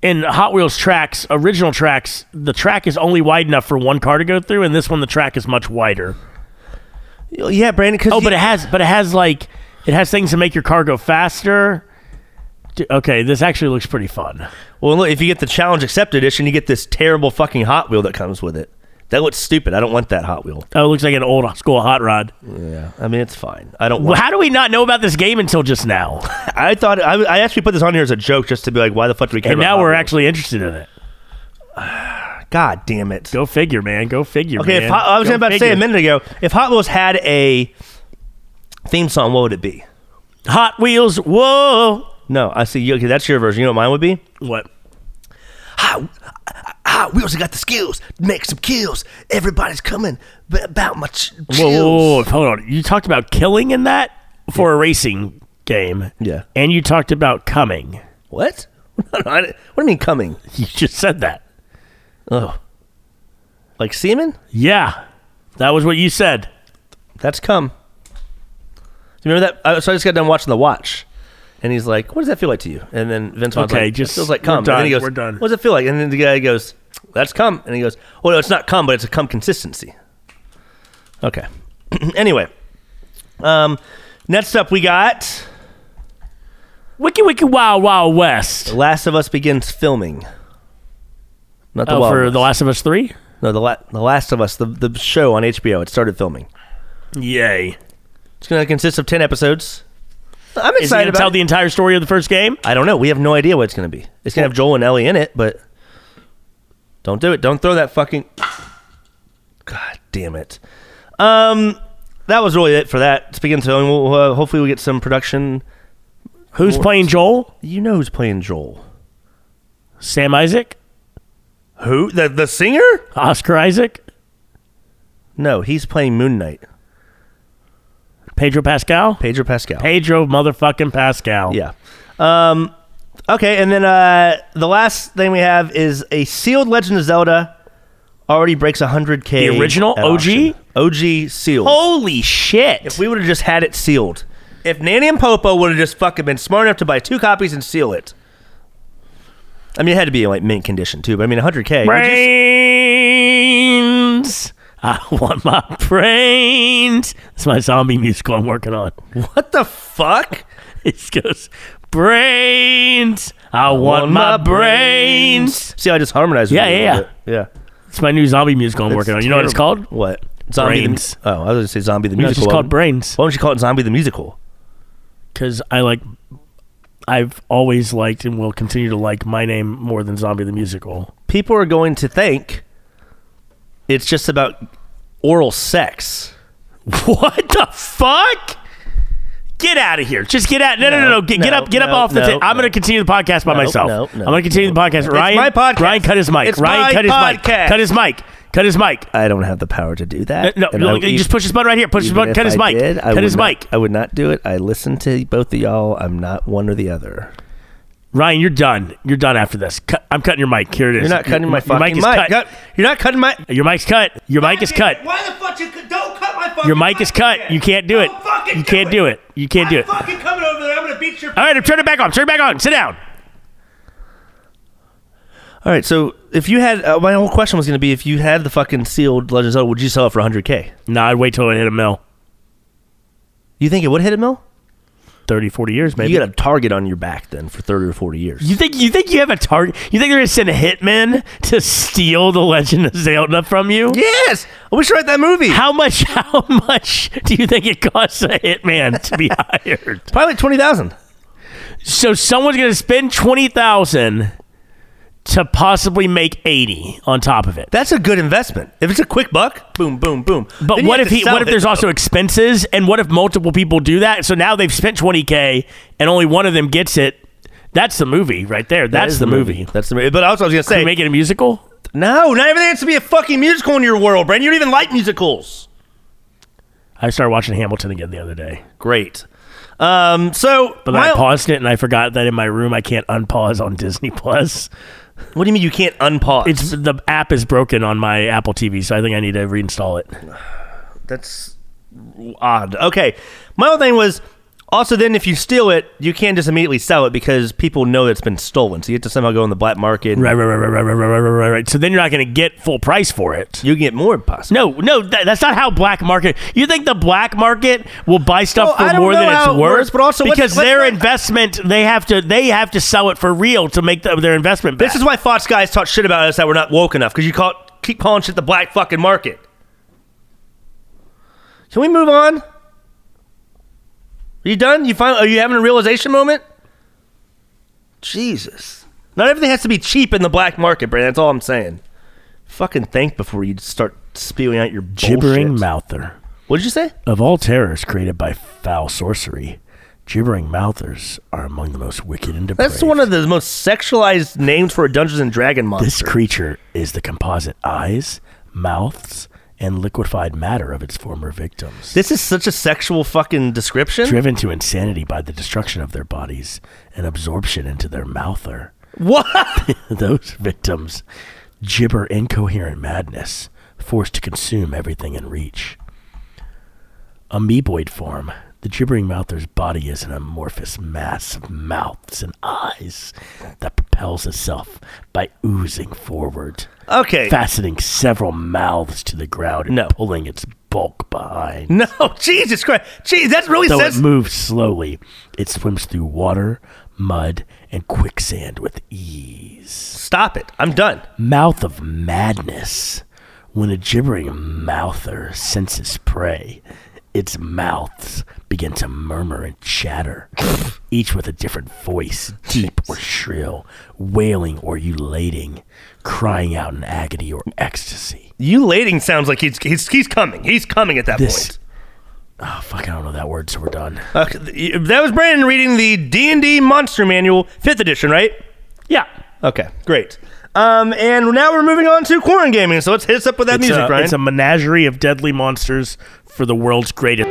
Speaker 2: in Hot Wheels tracks, original tracks, the track is only wide enough for one car to go through, and this one the track is much wider.
Speaker 1: yeah, Brandon. 'cause
Speaker 2: Oh,
Speaker 1: you-
Speaker 2: but it has, but it has like it has things to make your car go faster. D- Okay, this actually looks pretty fun.
Speaker 1: well, look, if you get the challenge accepted edition, you get this terrible fucking Hot Wheel that comes with it. That looks stupid. I don't want that Hot Wheel.
Speaker 2: Oh, it looks like an old school hot rod.
Speaker 1: Yeah, I mean it's fine. I don't.
Speaker 2: Well,
Speaker 1: Want,
Speaker 2: how do we not know about this game until just now?
Speaker 1: I thought I, I actually put this on here as a joke just to be like, why the fuck do we care?
Speaker 2: And
Speaker 1: about
Speaker 2: now
Speaker 1: Hot
Speaker 2: we're
Speaker 1: Wheels?
Speaker 2: actually interested in it.
Speaker 1: God damn it.
Speaker 2: Go figure, man. Go figure.
Speaker 1: okay,
Speaker 2: man.
Speaker 1: if Hot, I was
Speaker 2: Go
Speaker 1: about to say
Speaker 2: figure.
Speaker 1: a minute ago, if Hot Wheels had a theme song, what would it be?
Speaker 2: Hot Wheels. Whoa.
Speaker 1: No, I see. you- Okay, that's your version. You know what mine would be?
Speaker 2: What?
Speaker 1: Hot Wheels got the skills, make some kills. Everybody's coming about my ch-
Speaker 2: Whoa, whoa, whoa, hold on. You talked about killing in that for a racing game.
Speaker 1: Yeah.
Speaker 2: And you talked about coming.
Speaker 1: What? what do you mean coming?
Speaker 2: You just said that.
Speaker 1: Oh, like semen?
Speaker 2: Yeah. That was what you said.
Speaker 1: That's come. Do you remember that? I- So I just got done watching The Watch, and he's like, "What does that feel like to you?" And then Vince Vaughn's
Speaker 2: Okay,
Speaker 1: like, it
Speaker 2: just-
Speaker 1: feels like
Speaker 2: we're
Speaker 1: cum. and then
Speaker 2: done,
Speaker 1: he goes,
Speaker 2: we're done.
Speaker 1: What does it feel like? And then the guy goes, "That's cum." And he goes, "Well, no, it's not cum, but it's a cum consistency." Okay. anyway, um, next up we got
Speaker 2: Wiki Wiki Wow Wow West.
Speaker 1: Last of Us begins filming. Not the
Speaker 2: Oh,
Speaker 1: Wild
Speaker 2: for
Speaker 1: West.
Speaker 2: The Last of Us 3?
Speaker 1: no the, la- the Last of Us the the show on HBO it started filming.
Speaker 2: Yay.
Speaker 1: It's going to consist of ten episodes. I'm
Speaker 2: Is it going
Speaker 1: excited
Speaker 2: to
Speaker 1: about
Speaker 2: tell
Speaker 1: it.
Speaker 2: the entire story of the first game?
Speaker 1: I don't know. We have no idea what it's going to be. It's going to have Joel and Ellie in it, but don't do it. Don't throw that fucking. God damn it. Um, that was really it for that. Speaking of, filming, we'll, uh, hopefully we get some production.
Speaker 2: Who's playing Joel?
Speaker 1: You know who's playing Joel?
Speaker 2: Sam Isaac?
Speaker 1: Who? The the singer?
Speaker 2: Oscar Isaac?
Speaker 1: No, he's playing Moon Knight.
Speaker 2: Pedro Pascal?
Speaker 1: Pedro Pascal.
Speaker 2: Pedro motherfucking Pascal.
Speaker 1: Yeah. Um, okay, and then uh, the last thing we have is a sealed Legend of Zelda already breaks 100k.
Speaker 2: The original
Speaker 1: at auction.
Speaker 2: OG?
Speaker 1: OG sealed.
Speaker 2: Holy shit.
Speaker 1: If we would have just had it sealed, if Nanny and Popo would have just fucking been smart enough to buy two copies and seal it. I mean, it had to be in like mint condition too, but I mean, 100k. would you-
Speaker 2: Brains. I want my brains. It's my zombie musical I'm working on.
Speaker 1: What the fuck?
Speaker 2: It goes, brains. I, want, my, brains.
Speaker 1: See, I just harmonized. with
Speaker 2: Yeah,
Speaker 1: you a
Speaker 2: yeah,
Speaker 1: little bit. yeah.
Speaker 2: It's my new zombie musical I'm working on. You know what it's called?
Speaker 1: What? Zombie the-
Speaker 2: Brains.
Speaker 1: oh, I was gonna say Zombie the
Speaker 2: No,
Speaker 1: Musical.
Speaker 2: it's just called brains
Speaker 1: Why don't you call it Zombie the Musical?
Speaker 2: because I like. I've always liked and will continue to like my name more than Zombie the Musical.
Speaker 1: People are going to think it's just about oral sex.
Speaker 2: What the fuck? Get out of here! Just get out! No, no, no, no! Get, get
Speaker 1: no,
Speaker 2: up! Get up
Speaker 1: no,
Speaker 2: off the.
Speaker 1: no,
Speaker 2: ta- I'm
Speaker 1: no.
Speaker 2: going to continue the podcast by
Speaker 1: No,
Speaker 2: myself.
Speaker 1: no, no,
Speaker 2: I'm going to continue the podcast. Ryan,
Speaker 1: my podcast.
Speaker 2: Ryan, cut his mic.
Speaker 1: It's
Speaker 2: Ryan,
Speaker 1: my
Speaker 2: cut his
Speaker 1: podcast.
Speaker 2: mic. Cut his mic. Cut his mic. Uh,
Speaker 1: I don't have the power to do that.
Speaker 2: No,
Speaker 1: And
Speaker 2: no,
Speaker 1: I-
Speaker 2: look, you just push his button right here. Push his
Speaker 1: Even
Speaker 2: button.
Speaker 1: if
Speaker 2: Cut his
Speaker 1: I
Speaker 2: mic.
Speaker 1: did, I
Speaker 2: cut
Speaker 1: would
Speaker 2: his
Speaker 1: not-
Speaker 2: mic.
Speaker 1: I would not do it. I listen to both of y'all. I'm not one or the other.
Speaker 2: Ryan, you're done. You're done after this. Cut, I'm cutting your mic. Here it is.
Speaker 1: You're not cutting my
Speaker 2: Your-
Speaker 1: fucking
Speaker 2: your mic. Is cut.
Speaker 1: Cut- You're not cutting my.
Speaker 2: Your mic's cut. Your mic is cut.
Speaker 1: Why the fuck you don't cut my fucking?
Speaker 2: Your mic is cut. You can't do it.
Speaker 1: Don't fucking
Speaker 2: You can't do it. You can't do it. All
Speaker 1: fucking coming over there. I'm gonna beat your.
Speaker 2: right, I'm turning it back on. Turn it back on. Sit down.
Speaker 1: All right, so if you had uh, my whole question was going to be if you had the fucking sealed Legend of Zelda, would you sell it for 100k?
Speaker 2: No, I'd wait till it hit a mill.
Speaker 1: You think it would hit a mill?
Speaker 2: 30, 40 years, maybe.
Speaker 1: You got a target on your back then for 30 or 40 years.
Speaker 2: You think you think you have a target? You think they're gonna send hitmen to steal the Legend of Zelda from you?
Speaker 1: Yes, I wish I write that movie.
Speaker 2: How much? How much do you think it costs a hitman to be hired?
Speaker 1: Probably like 20,000.
Speaker 2: So someone's gonna spend twenty thousand to possibly make eighty on top of it.
Speaker 1: That's a good investment. If it's a quick buck, boom, boom, boom.
Speaker 2: But
Speaker 1: Then you
Speaker 2: what
Speaker 1: have
Speaker 2: if
Speaker 1: to
Speaker 2: he?
Speaker 1: sell
Speaker 2: What if
Speaker 1: it,
Speaker 2: there's
Speaker 1: though.
Speaker 2: also expenses? And what if multiple people do that? So now they've spent twenty k, and only one of them gets it. That's the movie right there.
Speaker 1: That
Speaker 2: That's
Speaker 1: is
Speaker 2: the movie.
Speaker 1: That's the movie. But also, I was going to
Speaker 2: Can
Speaker 1: say,
Speaker 2: we make it a musical?
Speaker 1: no, not everything has to be a fucking musical in your world, Brandon. You don't even like musicals.
Speaker 2: I started watching Hamilton again the other day,
Speaker 1: Great. Um, so,
Speaker 2: but then I
Speaker 1: my-
Speaker 2: paused it and I forgot that in my room I can't unpause on Disney Plus.
Speaker 1: what do you mean you can't unpause?
Speaker 2: It's the app is broken on my Apple TV, so I think I need to reinstall it.
Speaker 1: That's odd. Okay. My whole thing was also then if you steal it, you can't just immediately sell it because people know it's been stolen. So you have to somehow go in the black market.
Speaker 2: Right, right, right, right, right, right, right, right, right, right, right. So then you're not going to get full price for it.
Speaker 1: You can get more possibly.
Speaker 2: No, no, that, that's not how black market. You think the black market will buy stuff
Speaker 1: Well, I
Speaker 2: for
Speaker 1: don't
Speaker 2: more
Speaker 1: know
Speaker 2: than it's
Speaker 1: how it
Speaker 2: worth?
Speaker 1: works, but also let's-
Speaker 2: because
Speaker 1: let's
Speaker 2: their
Speaker 1: not-
Speaker 2: investment, they have to they have to sell it for real to make the, their investment back.
Speaker 1: This is why Fox guys talk shit about us that we're not woke enough because you call, keep calling shit the black fucking market. Can we move on? Are you done? You finally, are you having a realization moment? Jesus. Not everything has to be cheap in the black market, Brandon. That's all I'm saying. Fucking think before you start spewing out your
Speaker 2: gibbering
Speaker 1: bullshit.
Speaker 2: mouther
Speaker 1: What did you say?
Speaker 2: of all terrors created by foul sorcery. Gibbering mouthers are among the most wicked and depraved.
Speaker 1: That's one of the most sexualized names for a Dungeons and Dragon monster.
Speaker 2: This creature is the composite eyes, mouths, and liquefied matter of its former victims.
Speaker 1: this is such a sexual fucking description.
Speaker 2: Driven to insanity by the destruction of their bodies and absorption into their mouther,
Speaker 1: What?
Speaker 2: those victims gibber incoherent madness, forced to consume everything in reach. Amoeboid form, the gibbering mouther's body is an amorphous mass of mouths and eyes that propels itself by oozing forward
Speaker 1: Okay.
Speaker 2: fastening several mouths to the ground and
Speaker 1: No.
Speaker 2: pulling its bulk behind.
Speaker 1: No, Jesus Christ. Jeez, that really
Speaker 2: Though it
Speaker 1: says.
Speaker 2: moves slowly, it swims through water, mud, and quicksand with ease.
Speaker 1: Stop it. I'm done.
Speaker 2: Mouth of madness. When a gibbering mouther senses prey, its mouths begin to murmur and chatter, each with a different voice, deep or shrill, wailing or ulating, crying out in agony or ecstasy.
Speaker 1: You lading sounds like he's he's, he's coming. He's coming at that
Speaker 2: This. Oh, fuck, I don't know that word, so we're done.
Speaker 1: point. Uh, th- that was Brandon reading the D and D Monster Manual, fifth edition, right?
Speaker 2: Yeah.
Speaker 1: Okay, great. Um, and now we're moving on to Quarren Gaming. So let's hit us up with that
Speaker 2: It's,
Speaker 1: music,
Speaker 2: a,
Speaker 1: Brian.
Speaker 2: it's uh, a menagerie of deadly monsters for the world's greatest.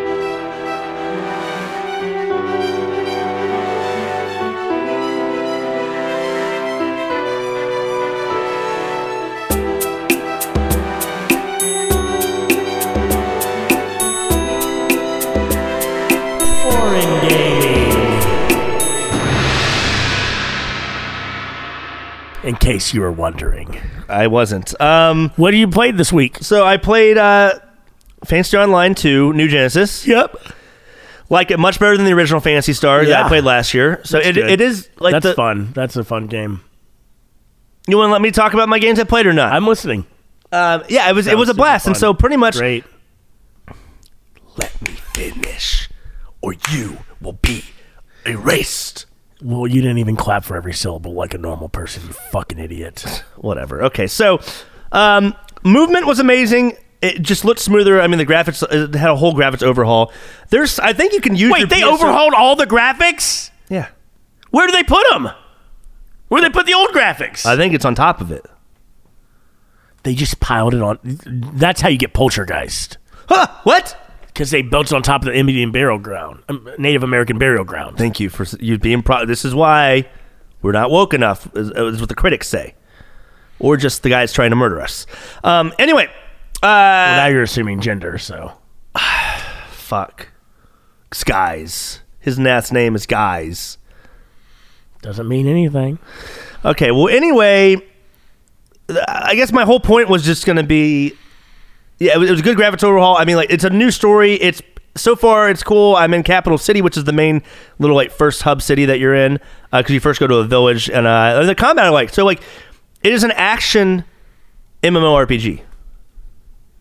Speaker 2: Foreign gaming. In case you were wondering,
Speaker 1: I wasn't. Um,
Speaker 2: what do you play this week?
Speaker 1: so I played uh, Fantasy Star Online Two, New Genesis.
Speaker 2: Yep.
Speaker 1: Like it much better than the original Fantasy Star that
Speaker 2: Yeah.
Speaker 1: I played last year. So
Speaker 2: That's
Speaker 1: it,
Speaker 2: good.
Speaker 1: it is like
Speaker 2: That's
Speaker 1: the,
Speaker 2: fun. That's a fun game.
Speaker 1: You want to let me talk about my games I played or not?
Speaker 2: I'm listening.
Speaker 1: Um, yeah, it was it was a
Speaker 2: Uh, super
Speaker 1: blast, and
Speaker 2: fun.
Speaker 1: so pretty much
Speaker 2: Great.
Speaker 1: Let me finish, or you will be erased.
Speaker 2: Well, you didn't even clap for every syllable like a normal person, you fucking idiot.
Speaker 1: Whatever. Okay, so um, movement was amazing. It just looked smoother. I mean, the graphics uh, it had a whole graphics overhaul. There's, I think you can use. your PS4
Speaker 2: all the graphics?
Speaker 1: Yeah,
Speaker 2: Where do they put them? Where do they put the old graphics?
Speaker 1: I think it's on top of it.
Speaker 2: they just piled it on. That's how you get poltergeist.
Speaker 1: Huh? What?
Speaker 2: Because they built it on top of the Indian burial ground, um, Native American burial ground.
Speaker 1: Thank you for s- you being pro. This is why we're not woke enough, is, uh, is what the critics say, or just the guys trying to murder us. Um. Anyway,
Speaker 2: Well, now you're assuming gender, so.
Speaker 1: fuck, Skies. His last name is Guys.
Speaker 2: Doesn't mean anything.
Speaker 1: Okay, well, anyway, I guess my whole point was just going to be, yeah, it was, it was a good graphics overhaul. I mean, like it's a new story. It's so far it's cool. I'm in Capital City, which is the main little like first hub city that you're in because you first go to a village and uh, the combat I like so like it is an action MMORPG.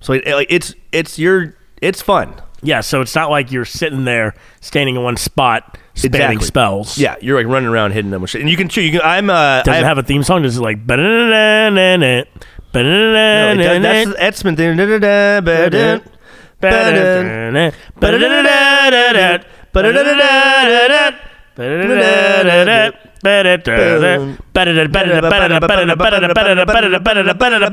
Speaker 1: So it, like it's it's your it's fun.
Speaker 2: Yeah, so it's not like you're sitting there standing in one spot spamming
Speaker 1: Exactly.
Speaker 2: spells.
Speaker 1: Yeah, you're like running around hitting them with shit, and you can choose. You can, I'm uh,
Speaker 2: Does
Speaker 1: I
Speaker 2: it have a theme song? Does it like ba-da-da-da-da-da,
Speaker 1: No, it does- that's that's
Speaker 2: ba-da-da-da-da-da,
Speaker 1: been da-da-da, ba-da-da, ba-da-da,
Speaker 2: ba-da-da-da-da,
Speaker 1: ba-da-da-da-da-da,
Speaker 2: ba-da-da-da-da-da,
Speaker 1: ba-da-da-da-da-da.
Speaker 2: ba-da-da-da-da-da, ba-da-da-da-da, ba-da-da-da-da, ba-da-da-da-da, ba-da-da-da-da, ba-da-da-da-da, ba-da-da-da-da, ba-da-da-da-da, ba-da-da-da-da, ba-da-da-da-da-da,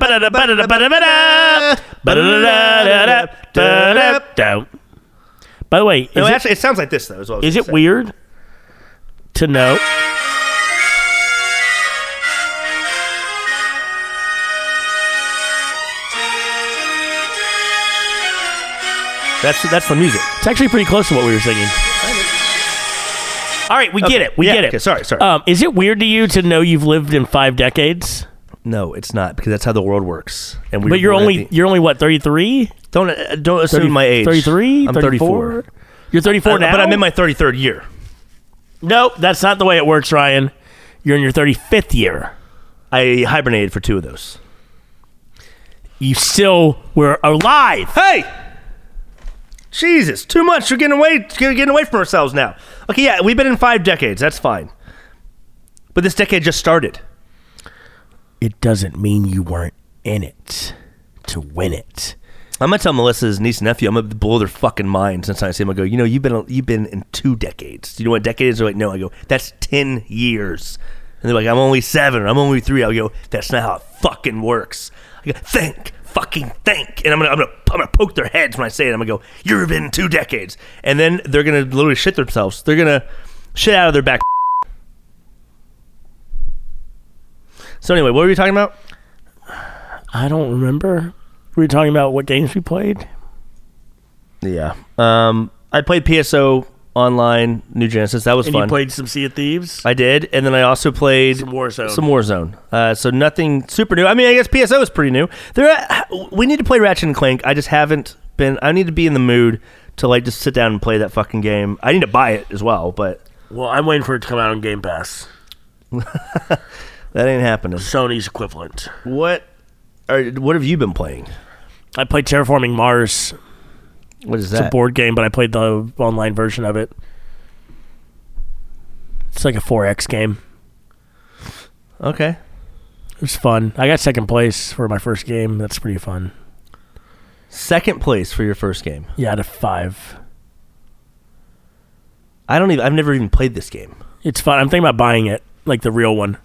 Speaker 2: ba-da-da-da-da. By the way, is
Speaker 1: No,
Speaker 2: it-
Speaker 1: actually, it sounds like this though. Is, what I was
Speaker 2: Is
Speaker 1: gonna
Speaker 2: it
Speaker 1: say.
Speaker 2: weird to know?
Speaker 1: That's that's the music.
Speaker 2: It's actually pretty close to what we were singing. All right, we get
Speaker 1: Okay,
Speaker 2: it. We
Speaker 1: yeah,
Speaker 2: get it.
Speaker 1: okay, sorry, sorry.
Speaker 2: Um, is it weird to you to know you've lived in five decades,
Speaker 1: No, it's not because that's how the world works. And we
Speaker 2: but you're
Speaker 1: we're
Speaker 2: only
Speaker 1: at the-
Speaker 2: you're only what thirty three?
Speaker 1: don't uh, don't assume my age.
Speaker 2: 33?
Speaker 1: I'm
Speaker 2: 34?
Speaker 1: 34.
Speaker 2: You're thirty four
Speaker 1: Uh,
Speaker 2: now.
Speaker 1: But I'm in my 33rd year.
Speaker 2: nope. That's not the way it works, Ryan. You're in your thirty fifth year.
Speaker 1: I hibernated for two of those.
Speaker 2: You still were alive.
Speaker 1: Hey, Jesus, too much. We're getting away, getting away from ourselves now. Okay, yeah, we've been in five decades. That's fine. But this decade just started.
Speaker 2: It doesn't mean you weren't in it to win it.
Speaker 1: I'm gonna tell Melissa's niece and nephew. I'm gonna blow their fucking minds since I see them. I go, you know, you've been you've been in two decades. Do you know what decade is? They're like, no. I go, that's ten years. And they're like, I'm only seven. I'm only three. I go, that's not how it fucking works. I go, think, fucking think. And I'm gonna I'm gonna I'm gonna poke their heads when I say it. I'm gonna go, you've been two decades. And then they're gonna literally shit themselves. They're gonna shit out of their back. So anyway, what were we talking about?
Speaker 2: I don't remember. We were talking about what games we played.
Speaker 1: Yeah. Um, I played PSO online, New Genesis. That was
Speaker 2: And
Speaker 1: fun.
Speaker 2: you played some Sea of Thieves.
Speaker 1: I did, and then I also played some
Speaker 2: Warzone.
Speaker 1: Some Warzone. Uh, so nothing super new. I mean, I guess PSO is pretty new. There, are, we need to play Ratchet and Clank. I just haven't been. I need to be in the mood to like just sit down and play that fucking game. I need to buy it as well, but
Speaker 2: Well, I'm waiting for it to come out on Game Pass.
Speaker 1: that ain't happening.
Speaker 2: Sony's equivalent.
Speaker 1: What? Or what have you been playing?
Speaker 2: I played Terraforming Mars.
Speaker 1: What is
Speaker 2: It's a
Speaker 1: that?
Speaker 2: board game, but I played the online version of it. It's like a 4X game.
Speaker 1: Okay.
Speaker 2: It was fun. I got second place for my first game. That's pretty fun.
Speaker 1: Second place for your first game.
Speaker 2: Yeah, out of five.
Speaker 1: I don't even. I've never even played this game.
Speaker 2: It's fun. I'm thinking about buying it, like the real one.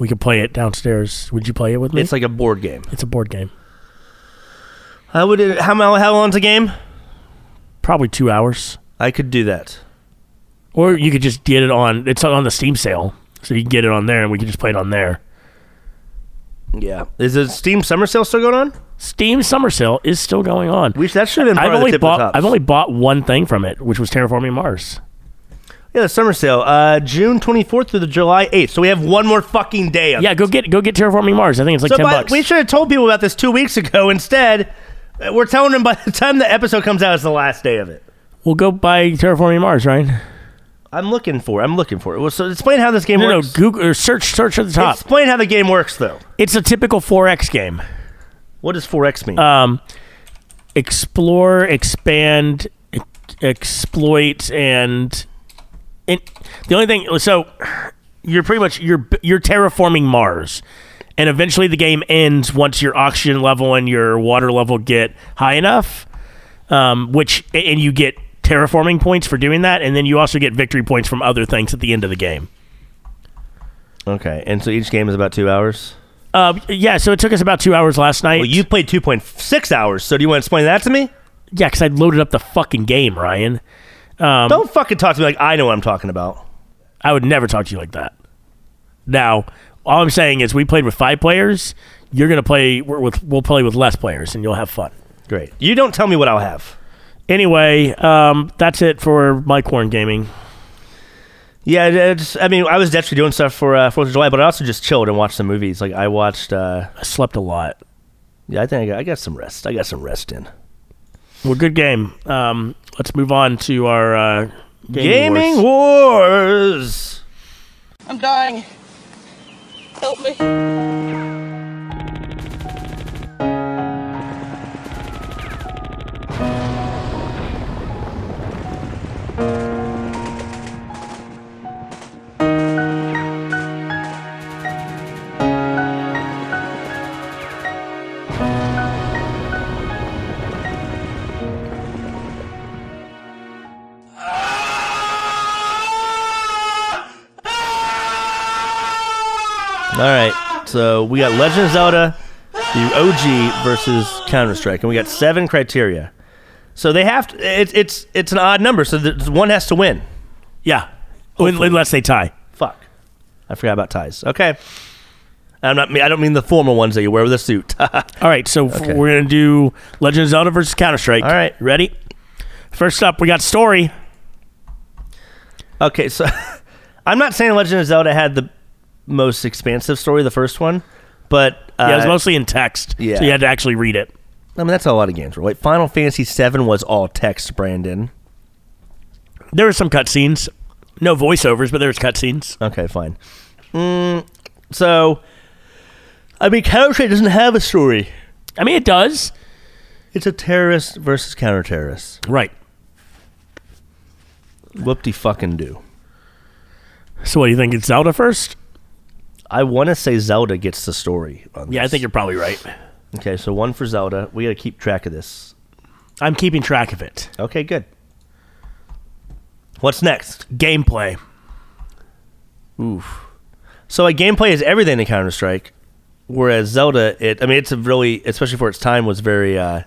Speaker 2: We could play it downstairs. Would you play it with me?
Speaker 1: It's like a board game.
Speaker 2: it's a board game.
Speaker 1: How would it? How how long's a game?
Speaker 2: Probably two hours.
Speaker 1: I could do that.
Speaker 2: Or you could just get it on. It's on the Steam sale, so you can get it on there, and we can just play it on there.
Speaker 1: Yeah. Is the Steam Summer Sale still going on?
Speaker 2: Steam Summer Sale is still going on.
Speaker 1: We, that should have been part
Speaker 2: I've
Speaker 1: of the
Speaker 2: only
Speaker 1: tip of
Speaker 2: bought
Speaker 1: the
Speaker 2: I've only bought one thing from it, which was terraforming Mars.
Speaker 1: yeah, the summer sale, uh, June 24th through the July 8th. So we have one more fucking day. Of
Speaker 2: Yeah, go get go get terraforming Mars. I think it's like
Speaker 1: so
Speaker 2: ten
Speaker 1: by-
Speaker 2: bucks.
Speaker 1: we should have told people about this two weeks ago. Instead, uh, we're telling them by the time the episode comes out, it's the last day of it.
Speaker 2: we'll go buy terraforming Mars, right?
Speaker 1: I'm looking for. it. I'm looking for it. Well, so explain how this game
Speaker 2: No, no,
Speaker 1: works.
Speaker 2: Google or search search at the top. It's,
Speaker 1: Explain how the game works, though.
Speaker 2: a typical 4X game.
Speaker 1: What does 4x mean?
Speaker 2: Um, explore, expand, ex- exploit, and and the only thing so you're pretty much you're you're terraforming Mars. And eventually the game ends once your oxygen level and your water level get high enough. um, which and you get terraforming points for doing that, and then you also get victory points from other things at the end of the game.
Speaker 1: okay, and so each game is about two hours.
Speaker 2: Uh, yeah, so it took us about two hours last night.
Speaker 1: Well, you played 2.6 hours. So do you want to explain that to me?
Speaker 2: yeah, because I loaded up the fucking game, Ryan. Um,
Speaker 1: Don't fucking talk to me like I know what I'm talking about.
Speaker 2: I would never talk to you like that. Now, all I'm saying is we played with five players. You're gonna play we're with we'll play with less players, and you'll have fun.
Speaker 1: Great. You don't tell me what I'll have.
Speaker 2: Anyway, um, that's it for my corn gaming.
Speaker 1: Yeah, I- I just I mean, I was definitely doing stuff for uh, Fourth of July, but I also just chilled and watched some movies. Like I watched, uh,
Speaker 2: I slept a lot.
Speaker 1: yeah, I think I got, I got some rest. I got some rest in.
Speaker 2: Well, good game. Um, let's move on to our uh, gaming.
Speaker 1: Gaming
Speaker 2: wars.
Speaker 1: Wars.
Speaker 7: I'm dying. Help me.
Speaker 1: All right, so we got Legend of Zelda, the OG versus Counter Strike, and we got seven criteria. So they have to. It's it's it's an odd number. So the, one has to win.
Speaker 2: Yeah, Un- unless they tie.
Speaker 1: Fuck, I forgot about ties. Okay, I'm not. I don't mean the formal ones that you wear with a suit.
Speaker 2: All right, so f-
Speaker 1: Okay.
Speaker 2: we're gonna do Legend of Zelda versus Counter Strike.
Speaker 1: All right.
Speaker 2: ready? First up, we got story.
Speaker 1: Okay, so I'm not saying Legend of Zelda had the most expansive story, the first one, but uh,
Speaker 2: Yeah, it was mostly in text,
Speaker 1: yeah.
Speaker 2: so you had to actually read it.
Speaker 1: I mean that's how a lot of games were. Like Final Fantasy VII was all text, Brandon.
Speaker 2: There were some cutscenes, no voiceovers, but there was cutscenes.
Speaker 1: Okay, fine. Mm, so, I mean, Counter Strike doesn't have a story.
Speaker 2: I mean, it does.
Speaker 1: It's a terrorist versus counter terrorist.
Speaker 2: Right.
Speaker 1: Whoop de fucking do.
Speaker 2: So, what do you think? It's Zelda first?
Speaker 1: I want to say Zelda gets the story. On
Speaker 2: Yeah, I
Speaker 1: this.
Speaker 2: think you're probably right.
Speaker 1: Okay, so one for Zelda. We got to keep track of this.
Speaker 2: I'm keeping track of it.
Speaker 1: Okay, good. What's next?
Speaker 2: Gameplay.
Speaker 1: Oof. So like gameplay is everything in Counter Strike, whereas Zelda, it I mean it's a really especially for its time was very uh,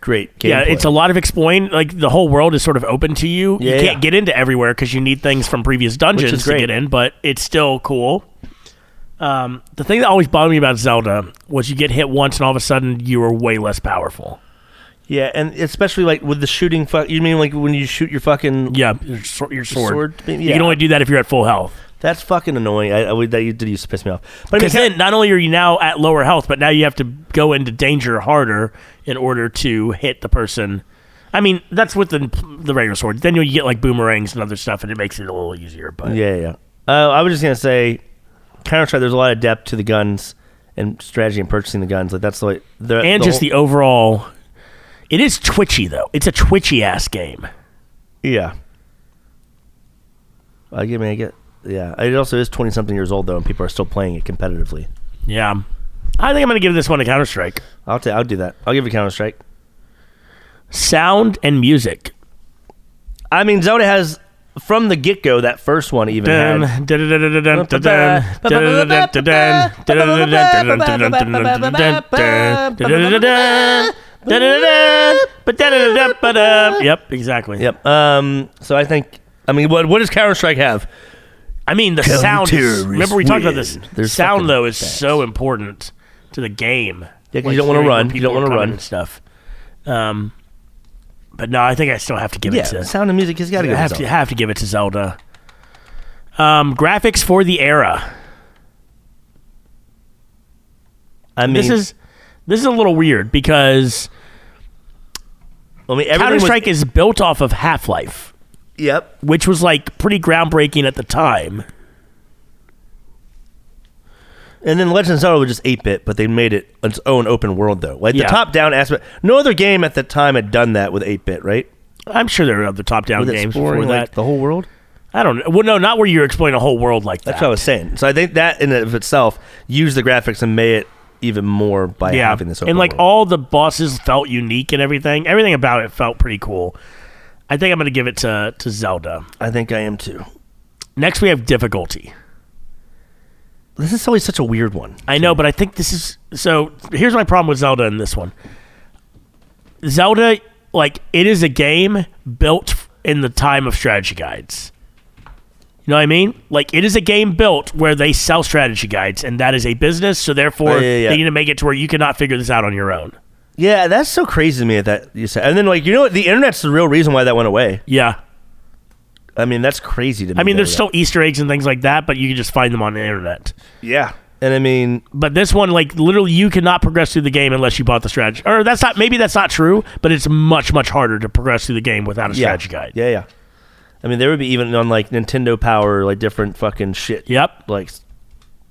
Speaker 1: great. Gameplay.
Speaker 2: Yeah, it's a lot of exploring. Like the whole world is sort of open to you.
Speaker 1: Yeah,
Speaker 2: you
Speaker 1: yeah.
Speaker 2: can't get into everywhere because you need things from previous dungeons to
Speaker 1: great.
Speaker 2: get in, but it's still cool. Um, the thing that always bothered me about Zelda was you get hit once and all of a sudden you are way less powerful.
Speaker 1: yeah, and especially like with the shooting. Fuck, you mean like when you shoot your fucking
Speaker 2: Yeah, your, sw- your sword.
Speaker 1: sword?
Speaker 2: You
Speaker 1: Yeah.
Speaker 2: can only do that if you're at full health.
Speaker 1: That's fucking annoying. I, I would- that you did used to piss me off. But I mean,
Speaker 2: Because then not only are you now at lower health, but now you have to go into danger harder in order to hit the person. I mean, that's with the, the regular sword. Then you get like boomerangs and other stuff, and it makes it a little easier. But
Speaker 1: yeah, yeah. Uh, I was just gonna say, Counter Strike. There's a lot of depth to the guns and strategy and purchasing the guns. Like that's the way. The,
Speaker 2: and just
Speaker 1: whole-
Speaker 2: the overall. It is twitchy though. It's a twitchy ass game.
Speaker 1: yeah. I get, I mean, I get, yeah. It also is twenty something years old though, and people are still playing it competitively.
Speaker 2: Yeah, I think I'm gonna give this one a Counter Strike.
Speaker 1: I'll t- I'll do that. I'll give you Counter Strike.
Speaker 2: Sound and music.
Speaker 1: I mean, Zelda has from the get go that first one even had.
Speaker 2: Yep, exactly.
Speaker 1: Yep. Um. So I think. I mean, what what does Counter Strike have?
Speaker 2: I mean, the sound. Is, remember, we talked about this.
Speaker 1: There's fucking
Speaker 2: sound though is so important to the game.
Speaker 1: Yeah, 'cause you don't wanna
Speaker 2: hearing where
Speaker 1: run. You
Speaker 2: people
Speaker 1: don't wanna
Speaker 2: are coming
Speaker 1: run.
Speaker 2: and stuff. Um, but no, I think I still have to give
Speaker 1: Yeah,
Speaker 2: it to.
Speaker 1: sound and music has got
Speaker 2: I
Speaker 1: to go.
Speaker 2: have
Speaker 1: Zelda.
Speaker 2: to have to give it to Zelda. Um, graphics for the era.
Speaker 1: I mean,
Speaker 2: This is this is a little weird because
Speaker 1: I mean, everything
Speaker 2: Counter
Speaker 1: was-
Speaker 2: Strike is built off of Half Life,
Speaker 1: Yep.
Speaker 2: which was like pretty groundbreaking at the time.
Speaker 1: And then Legend of Zelda was just 8 bit, but they made it its own open world, though. Like
Speaker 2: Yeah.
Speaker 1: the top down aspect. No other game at the time had done that with 8 bit, right?
Speaker 2: I'm sure there were other top-down
Speaker 1: With
Speaker 2: games
Speaker 1: exploring
Speaker 2: before
Speaker 1: like,
Speaker 2: that.
Speaker 1: the whole world?
Speaker 2: I don't know. Well, no, not where you're exploring a whole world like that.
Speaker 1: That's what I was saying. So I think that in and of itself used the graphics and made it even more by
Speaker 2: yeah,
Speaker 1: having this open
Speaker 2: and like
Speaker 1: world.
Speaker 2: all the bosses felt unique and everything. Everything about it felt pretty cool. I think I'm gonna give it to to Zelda.
Speaker 1: I think I am too.
Speaker 2: Next, we have difficulty.
Speaker 1: This is always such a weird one.
Speaker 2: I know, but I think this is so. Here's my problem with Zelda in this one. Zelda, like, it is a game built f- in the time of strategy guides. You know what I mean? Like, it is a game built where they sell strategy guides, and that is a business. So therefore,
Speaker 1: Oh, yeah, yeah, yeah.
Speaker 2: they need to make it to where you cannot figure this out on your own.
Speaker 1: Yeah, that's so crazy to me that you said. And then, like, you know what? The internet's the real reason why that went away.
Speaker 2: Yeah,
Speaker 1: I mean, that's crazy to me.
Speaker 2: I mean,
Speaker 1: though,
Speaker 2: there's still Easter eggs and things like that, but you can just find them on the internet.
Speaker 1: yeah. And I mean,
Speaker 2: But this one, like literally, you cannot progress through the game unless you bought the strategy. Or that's not maybe that's not true, but it's much much harder to progress through the game without a
Speaker 1: yeah,
Speaker 2: strategy guide.
Speaker 1: yeah, yeah. I mean, there would be even on like Nintendo Power, like different fucking shit.
Speaker 2: Yep.
Speaker 1: Like, s-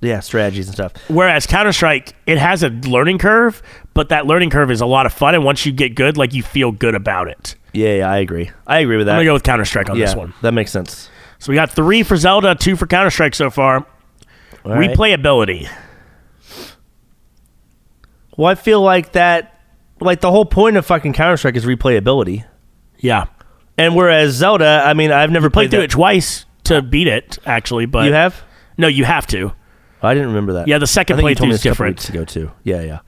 Speaker 1: yeah, strategies and stuff.
Speaker 2: Whereas Counter Strike, it has a learning curve, but that learning curve is a lot of fun, and once you get good, like you feel good about it.
Speaker 1: Yeah, yeah, I agree. I agree with that.
Speaker 2: I'm gonna go with Counter Strike on
Speaker 1: yeah,
Speaker 2: this one.
Speaker 1: that makes sense.
Speaker 2: So we got three for Zelda, two for Counter Strike so far.
Speaker 1: All right.
Speaker 2: Replayability.
Speaker 1: Well, I feel like that, like the whole point of fucking Counter Strike is replayability.
Speaker 2: Yeah,
Speaker 1: And whereas Zelda, I mean, I've never played
Speaker 2: played through
Speaker 1: that.
Speaker 2: it twice to beat it actually, but
Speaker 1: You have? Oh,
Speaker 2: no, you have to.
Speaker 1: I didn't remember that.
Speaker 2: Yeah, the
Speaker 1: I
Speaker 2: second
Speaker 1: think you told
Speaker 2: playthrough
Speaker 1: me
Speaker 2: is
Speaker 1: this a couple
Speaker 2: different.
Speaker 1: weeks ago too. Yeah, yeah,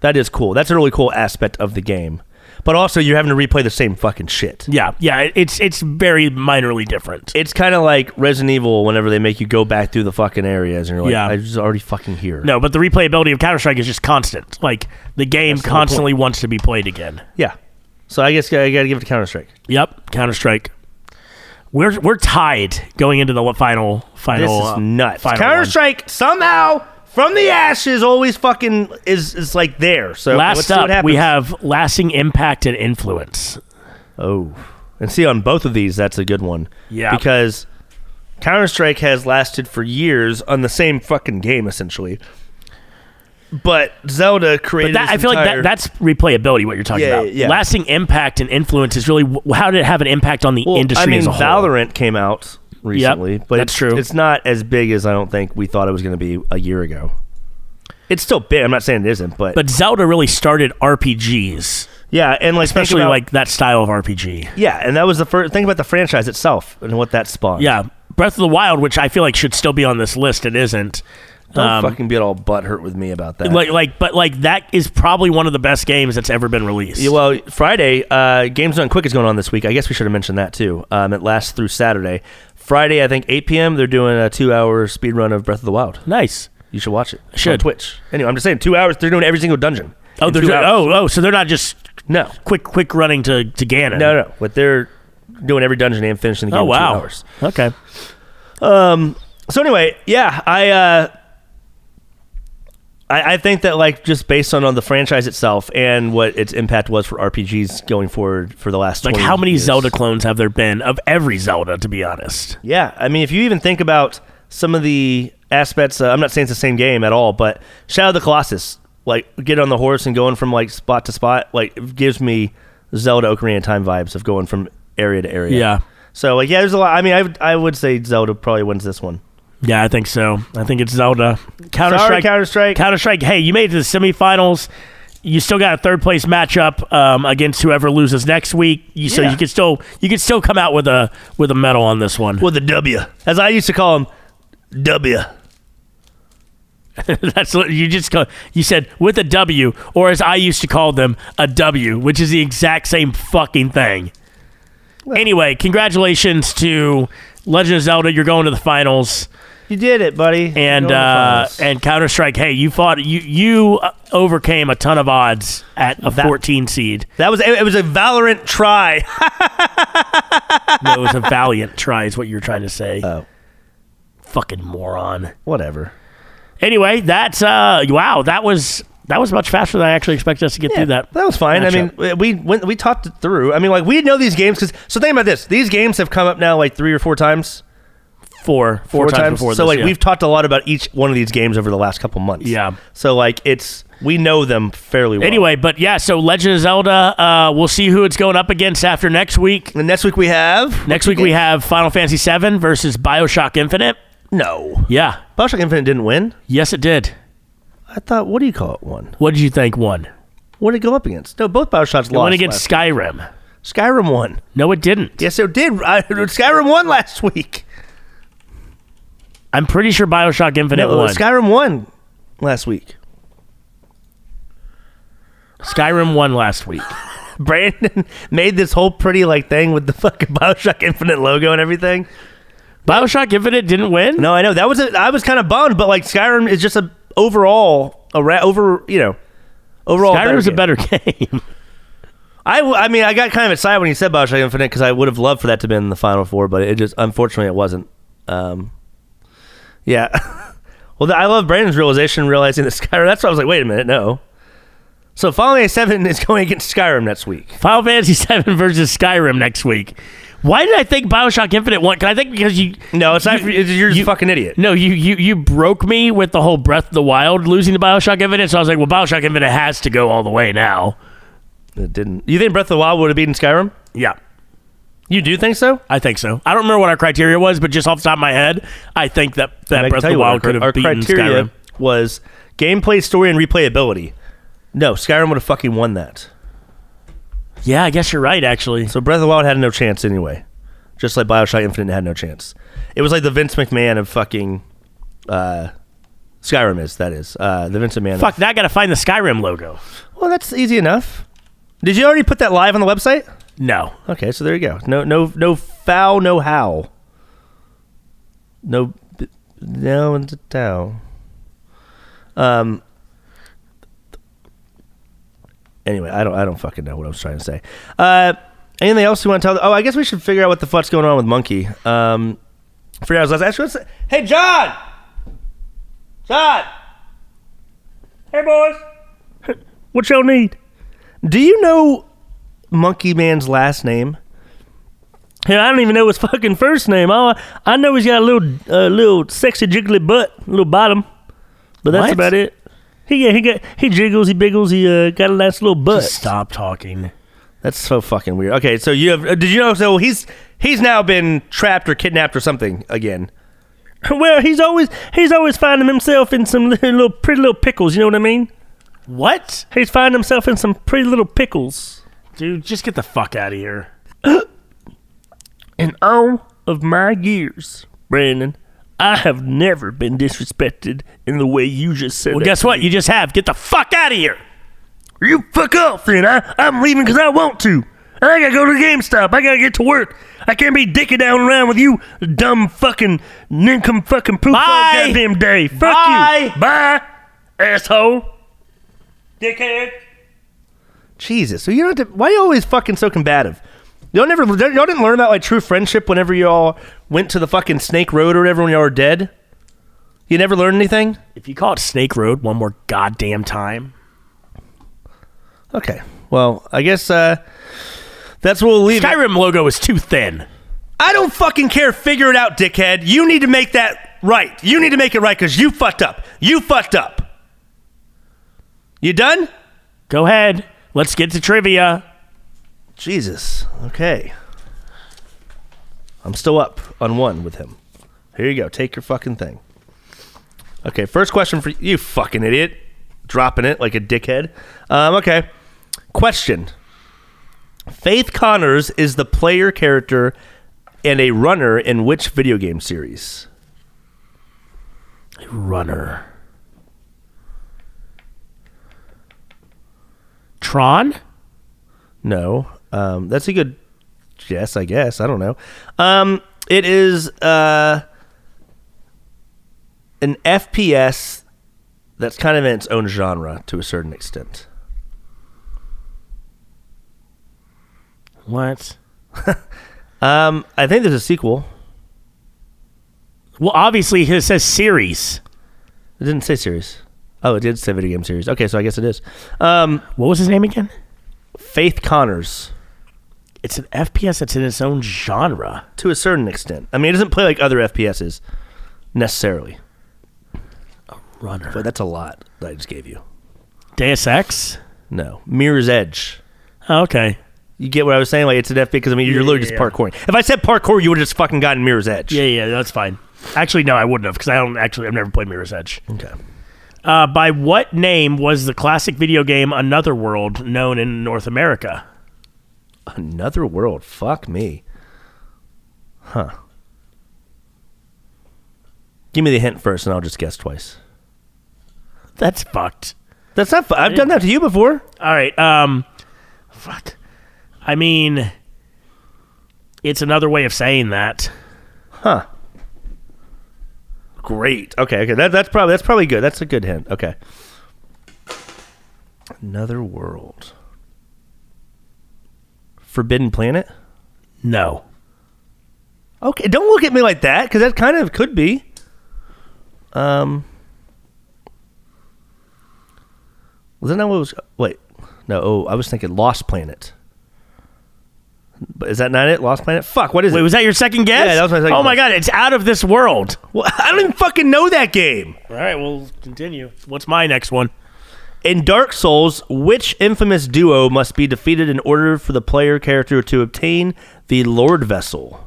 Speaker 1: that is cool. That's a really cool aspect of the game. But also, you're having to replay the same fucking shit.
Speaker 2: Yeah, yeah, it- it's it's very minorly different.
Speaker 1: It's kind of like Resident Evil whenever they make you go back through the fucking areas and you're like,
Speaker 2: Yeah.
Speaker 1: I was already fucking here.
Speaker 2: No, but the replayability of Counter Strike is just constant. Like the game
Speaker 1: the whole
Speaker 2: constantly wants to be played again.
Speaker 1: Yeah. So I guess I got to give it to Counter Strike.
Speaker 2: Yep, Counter Strike. We're we're tied going into the final
Speaker 1: This
Speaker 2: final.
Speaker 1: is
Speaker 2: uh,
Speaker 1: nuts.
Speaker 2: final
Speaker 1: Counter
Speaker 2: one.
Speaker 1: Strike somehow from the ashes always fucking is is like there. So let's
Speaker 2: Last
Speaker 1: see what
Speaker 2: up, we
Speaker 1: happens.
Speaker 2: have lasting impact and influence.
Speaker 1: Oh. And see, on both of these, that's a good one.
Speaker 2: Yeah.
Speaker 1: Because Counter Strike has lasted for years on the same fucking game, essentially. But Zelda
Speaker 2: But
Speaker 1: created.
Speaker 2: that,
Speaker 1: this
Speaker 2: I feel like
Speaker 1: entire-
Speaker 2: that, that's replayability. What you're talking
Speaker 1: Yeah,
Speaker 2: about,
Speaker 1: yeah, yeah.
Speaker 2: lasting impact and influence is really wh- how did it have an impact on the
Speaker 1: Well,
Speaker 2: industry
Speaker 1: I mean,
Speaker 2: as a whole.
Speaker 1: Valorant came out recently, but
Speaker 2: that's
Speaker 1: it's,
Speaker 2: true.
Speaker 1: It's not as big as I don't think we thought it was going to be a year ago. It's still big. I'm not saying it isn't, but,
Speaker 2: But Zelda really started RPGs,
Speaker 1: yeah, and like think
Speaker 2: especially
Speaker 1: about-
Speaker 2: like that style of RPG.
Speaker 1: yeah, and that was the first. Think about the franchise itself and what that spawned.
Speaker 2: Yeah, Breath of the Wild, which I feel like should still be on this list, it isn't.
Speaker 1: don't
Speaker 2: um,
Speaker 1: fucking get all butthurt with me about that.
Speaker 2: Like, like, but like that is probably one of the best games that's ever been released.
Speaker 1: Yeah, well, Friday, uh, Games Done Quick is going on this week. I guess we should have mentioned that too. Um, it lasts through Saturday. Friday, I think 8 p.m. They're doing a two-hour speed run of Breath of the Wild.
Speaker 2: nice.
Speaker 1: You should watch it. It's on
Speaker 2: Should.
Speaker 1: Twitch. Anyway, I'm just saying, two hours. They're doing every single dungeon.
Speaker 2: Oh,
Speaker 1: in
Speaker 2: they're
Speaker 1: two
Speaker 2: ju-
Speaker 1: hours.
Speaker 2: oh, oh, so they're not just
Speaker 1: no,
Speaker 2: quick, quick running to to Ganon.
Speaker 1: no, no. But they're doing every dungeon and finishing the game
Speaker 2: Oh
Speaker 1: in
Speaker 2: wow.
Speaker 1: two hours.
Speaker 2: Okay.
Speaker 1: So anyway, yeah, I, uh, I I think that like just based on, on the franchise itself and what its impact was for RPGs going forward for the last
Speaker 2: Like,
Speaker 1: 20
Speaker 2: how many
Speaker 1: years.
Speaker 2: Zelda clones have there been of every Zelda? To be honest.
Speaker 1: Yeah, I mean, if you even think about some of the aspects, uh, I'm not saying it's the same game at all, but Shadow of the Colossus, like get on the horse and going from like spot to spot, like it gives me Zelda Ocarina of Time vibes of going from area to area.
Speaker 2: Yeah.
Speaker 1: So like, yeah, there's a lot. I mean, I, would- I would say Zelda probably wins this one.
Speaker 2: Yeah, I think so. I think it's Zelda. Counter
Speaker 1: Sorry,
Speaker 2: Strike.
Speaker 1: Counter-Strike.
Speaker 2: Counter Strike. Hey, you made it to the semifinals. You still got a third place matchup um, against whoever loses next week. You, So
Speaker 1: Yeah.
Speaker 2: you can still you can still come out with a with a medal on this one.
Speaker 1: With a W, as I used to call them, W.
Speaker 2: That's what you just call, you said with a W, or as I used to call them, a W, which is the exact same fucking thing. anyway, congratulations to Legend of Zelda. You're going to the finals.
Speaker 1: You did it, buddy.
Speaker 2: and
Speaker 1: You're on the
Speaker 2: uh,
Speaker 1: finals.
Speaker 2: and Counter Strike. Hey, you fought you you uh, overcame a ton of odds at a 14 seed.
Speaker 1: that was it was a Valorant try.
Speaker 2: No, it was a valiant try, is what you were trying to say. Oh, fucking moron.
Speaker 1: Whatever.
Speaker 2: Anyway, that's uh wow, that was that was much faster than I actually expected us to get
Speaker 1: Yeah,
Speaker 2: through that.
Speaker 1: was fine. I mean,
Speaker 2: matchup.
Speaker 1: we- we went, we talked it through. I mean, like we know these games because. So think about this: these games have come up now like three or four times.
Speaker 2: four four, times, before.
Speaker 1: So
Speaker 2: this,
Speaker 1: like
Speaker 2: yeah.
Speaker 1: we've talked a lot about each one of these games over the last couple months.
Speaker 2: Yeah.
Speaker 1: So like it's we know them fairly well.
Speaker 2: Anyway, but yeah, so Legend of Zelda, uh, we'll see who it's going up against after next week.
Speaker 1: and next week we have
Speaker 2: Next week we have Final Fantasy VII versus Bioshock Infinite.
Speaker 1: no.
Speaker 2: Yeah,
Speaker 1: Bioshock Infinite didn't win.
Speaker 2: yes, it did.
Speaker 1: I thought. What do you call it? One.
Speaker 2: What did you think won?
Speaker 1: What did it go up against? No, both Bioshocks
Speaker 2: It
Speaker 1: lost.
Speaker 2: went against Skyrim.
Speaker 1: last- Skyrim won.
Speaker 2: No, it didn't.
Speaker 1: Yes, it did. I, Skyrim won last week.
Speaker 2: I'm pretty sure Bioshock Infinite
Speaker 1: No,
Speaker 2: won.
Speaker 1: Skyrim won last week.
Speaker 2: Skyrim won last week.
Speaker 1: Brandon made this whole pretty like thing with the fucking Bioshock Infinite logo and everything.
Speaker 2: Bioshock Infinite didn't win.
Speaker 1: No, I know that was a, I was kind of bummed, but like Skyrim is just a overall a ra- over you know overall.
Speaker 2: Skyrim's a
Speaker 1: game.
Speaker 2: better game.
Speaker 1: I, w- I mean, I got kind of excited when you said Bioshock Infinite because I would have loved for that to have been in the final four, but it just unfortunately it wasn't. Um, yeah. well, th- I love Brandon's realization, realizing that Skyrim. That's why I was like, wait a minute, no. So Final Fantasy Seven is going against Skyrim next week.
Speaker 2: Final Fantasy VII versus Skyrim next week. Why did I think Bioshock Infinite won? 'Cause I think because you
Speaker 1: No, it's not. it's- you're just a fucking idiot.
Speaker 2: no you you you broke me with the whole Breath of the Wild losing to Bioshock Infinite, so I was like, well, Bioshock Infinite has to go all the way now.
Speaker 1: It didn't. You think Breath of the Wild would have beaten Skyrim?
Speaker 2: Yeah,
Speaker 1: You do think so?
Speaker 2: I think so. I don't remember what our criteria was, but just off the top of my head, I think that
Speaker 1: And
Speaker 2: that
Speaker 1: I can
Speaker 2: Breath
Speaker 1: tell
Speaker 2: of the
Speaker 1: you what,
Speaker 2: Wild
Speaker 1: our,
Speaker 2: could
Speaker 1: our
Speaker 2: have beaten
Speaker 1: criteria
Speaker 2: Skyrim.
Speaker 1: was gameplay, story, and replayability. No, Skyrim would have fucking won that.
Speaker 2: Yeah, I guess you're right. Actually,
Speaker 1: So Breath of the Wild had no chance anyway. Just like Bioshock Infinite had no chance. It was like the Vince McMahon of fucking uh, Skyrim is, that is. Uh, the Vince McMahon.
Speaker 2: fuck. Now I gotta find the Skyrim logo.
Speaker 1: Well, that's easy enough. Did you already put that live on the website?
Speaker 2: No,
Speaker 1: Okay, so there you go. No, no, no foul, no how. No, b- no and tao. Um. Anyway, I don't, I don't fucking know what I was trying to say. Uh, anything else you want to tell? Oh, I guess we should figure out what the fuck's going on with Monkey. Um, for hours last. Actually, let's- hey, John. John. Hey, boys. what y'all need? Do you know Monkey Man's last name? Yeah, I don't even know his fucking first name. I I know he's got a little uh, little sexy jiggly butt, little bottom, but that's
Speaker 2: What?
Speaker 1: about it. He yeah, he got he jiggles, he biggles, he uh, got a nice little butt.
Speaker 2: stop talking.
Speaker 1: That's so fucking weird. Okay, so you have uh, did you know? So he's he's now been trapped or kidnapped or something again. Well, he's always he's always finding himself in some little pretty little pickles. You know what I mean?
Speaker 2: What,
Speaker 1: He's finding himself in some pretty little pickles.
Speaker 2: dude? Just get the fuck out of here.
Speaker 1: In all of my years, Brandon, I have never been disrespected in the way you just said.
Speaker 2: Well,
Speaker 1: that.
Speaker 2: guess what? You just have. Get the fuck out of here.
Speaker 1: You fuck off, then. I, I'm leaving because I want to. I gotta go to GameStop. I gotta get to work. I can't be dicking down around with you, dumb fucking nincom fucking poop all
Speaker 2: Bye.
Speaker 1: goddamn day. Fuck
Speaker 2: Bye.
Speaker 1: you. Bye, asshole. Dickhead. Jesus. So you don't have to, why are you always fucking so combative? Y'all never y'all didn't learn about like true friendship whenever y'all went to the fucking Snake Road or whatever when y'all were dead. You never learned anything.
Speaker 2: If you call it Snake Road one more goddamn time,
Speaker 1: Okay. Well, I guess uh, that's where we'll leave. it.
Speaker 2: Skyrim logo is too thin.
Speaker 1: I don't fucking care. Figure it out, dickhead. You need to make that right. You need to make it right because you fucked up. You fucked up. You done?
Speaker 2: Go ahead. Let's get to trivia.
Speaker 1: Jesus. Okay. I'm still up on one with him. Here you go. Take your fucking thing. Okay, first question for you, fucking idiot. Dropping it like a dickhead. Um, okay. Question Faith Connors is the player character and a runner in which video game series?
Speaker 2: Runner. Tron?
Speaker 1: No. Um, that's a good guess, I guess. I don't know. Um, it is uh, an FPS that's kind of in its own genre to a certain extent.
Speaker 2: What?
Speaker 1: Um, I think there's a sequel.
Speaker 2: Well, obviously it says series.
Speaker 1: It didn't say series. Oh, it did say video game series. Okay, so I guess it is. Um,
Speaker 2: What was his name again?
Speaker 1: Faith Connors
Speaker 2: It's an FPS that's in its own genre.
Speaker 1: to a certain extent. I mean, it doesn't play like other FPSs necessarily,
Speaker 2: Runner.
Speaker 1: but that's a lot that I just gave you.
Speaker 2: Deus Ex? Oh,
Speaker 1: No. Mirror's Edge.
Speaker 2: Okay.
Speaker 1: You get what I was saying? Like it's an FP because I mean you're literally just parkouring. If I said parkour, you would have just fucking gotten Mirror's Edge.
Speaker 2: Yeah, yeah, that's fine. Actually, no, I wouldn't have because I don't actually, I've never played Mirror's Edge.
Speaker 1: Okay.
Speaker 2: Uh, by what name was the classic video game Another World known in North America?
Speaker 1: Another world. Fuck me. Huh. Give me the hint first, and I'll just guess twice.
Speaker 2: That's fucked.
Speaker 1: That's not. Fu- I've done that to you before.
Speaker 2: All right. Um, fuck. I mean, it's another way of saying that.
Speaker 1: Huh. Great. Okay. Okay. That, that's probably that's probably good. That's a good hint. Okay. Another world. Forbidden Planet?
Speaker 2: No.
Speaker 1: Okay, don't look at me like that because that kind of could be. Um, was that not what it was? Wait, no. Oh, I was thinking Lost Planet. But is that not it? Lost Planet? Fuck, what is
Speaker 2: Wait,
Speaker 1: it?
Speaker 2: was that your second guess?
Speaker 1: Yeah, that was my second
Speaker 2: Oh my
Speaker 1: guess.
Speaker 2: god, it's out of this world.
Speaker 1: Well, I don't even fucking know that game.
Speaker 2: All right, we'll continue. What's my next one?
Speaker 1: In Dark Souls, which infamous duo must be defeated in order for the player character to obtain the Lord Vessel?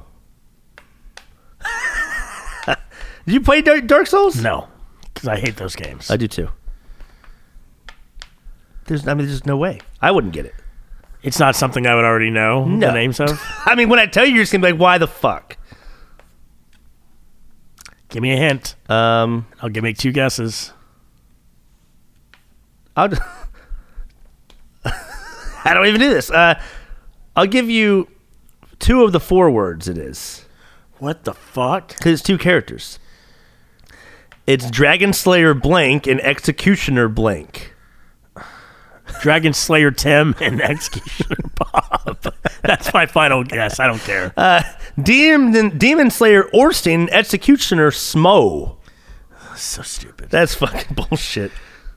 Speaker 1: Did you play Dark, Dark Souls?
Speaker 2: No, because I hate those games.
Speaker 1: I do too. There's, I mean, there's no way. I wouldn't get it.
Speaker 2: it's not something I would already know
Speaker 1: No.
Speaker 2: the names of.
Speaker 1: I mean, when I tell you, you're just gonna be like, "Why the fuck?"
Speaker 2: give me a hint.
Speaker 1: Um,
Speaker 2: I'll give make two guesses.
Speaker 1: I'll. Just, I don't even do this. Uh, I'll give you two of the four words. It is
Speaker 2: What the fuck?
Speaker 1: because it's two characters. It's Dragon Slayer blank and Executioner blank.
Speaker 2: Dragon Slayer Tim and Executioner Bob. That's my final guess. I don't care.
Speaker 1: Uh, Demon, Demon Slayer Orstein and Executioner Smo.
Speaker 2: so stupid.
Speaker 1: That's fucking bullshit.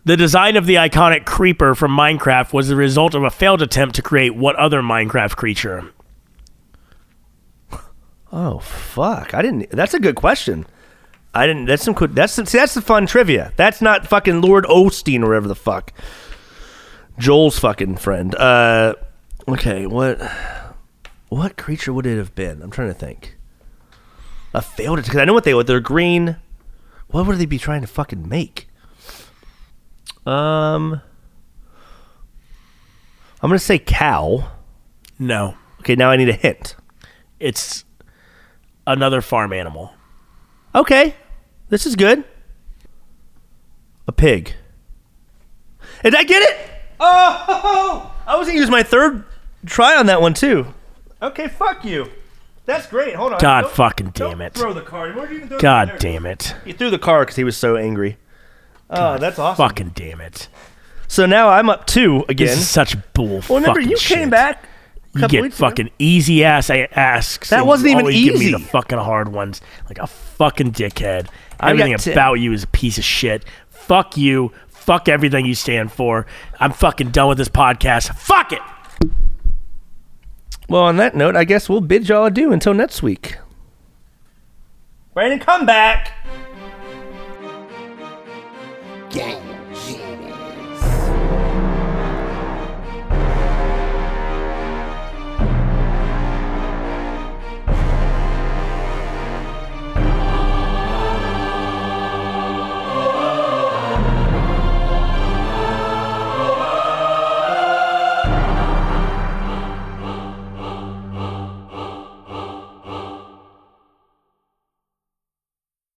Speaker 2: The design of the iconic creeper from Minecraft was the result of a failed attempt to create what other Minecraft creature?
Speaker 1: Oh fuck! I didn't. That's a good question. I didn't. That's some. good- That's see. That's the fun trivia. That's not fucking Lord Osteen or whatever the fuck. Joel's fucking friend. Uh, okay. What? What creature would it have been? I'm trying to think. I failed it because I know what they were. They're green. What would they be trying to fucking make? Um, I'm gonna say cow.
Speaker 2: No,
Speaker 1: Okay, now I need a hint.
Speaker 2: it's another farm animal.
Speaker 1: Okay, this is good. A pig. Did I get it? Oh, I was gonna use my third try on that one too. Okay, fuck you. That's great. Hold on.
Speaker 2: God
Speaker 1: Don't-
Speaker 2: fucking
Speaker 1: don't
Speaker 2: damn it.
Speaker 1: Throw the card. Where'd you even throw
Speaker 2: God
Speaker 1: it? There.
Speaker 2: damn it.
Speaker 1: He threw the car because he was so angry. Oh, that's awesome.
Speaker 2: Fucking damn it.
Speaker 1: So now I'm up two
Speaker 2: This
Speaker 1: again.
Speaker 2: is such bull
Speaker 1: Well, remember
Speaker 2: fucking
Speaker 1: you
Speaker 2: shit.
Speaker 1: came back. A
Speaker 2: You
Speaker 1: couple
Speaker 2: get
Speaker 1: weeks ago.
Speaker 2: fucking easy ass a- asks.
Speaker 1: That
Speaker 2: and
Speaker 1: wasn't
Speaker 2: you
Speaker 1: even
Speaker 2: always Give me the
Speaker 1: easy.
Speaker 2: fucking hard ones, like a fucking dickhead.
Speaker 1: got
Speaker 2: Everything
Speaker 1: ten.
Speaker 2: about you is a piece of shit. Fuck you. Fuck everything you stand for. I'm fucking done with this podcast. Fuck it.
Speaker 1: Well, on that note, I guess we'll bid y'all adieu until next week. Brandon, come back.
Speaker 5: Gang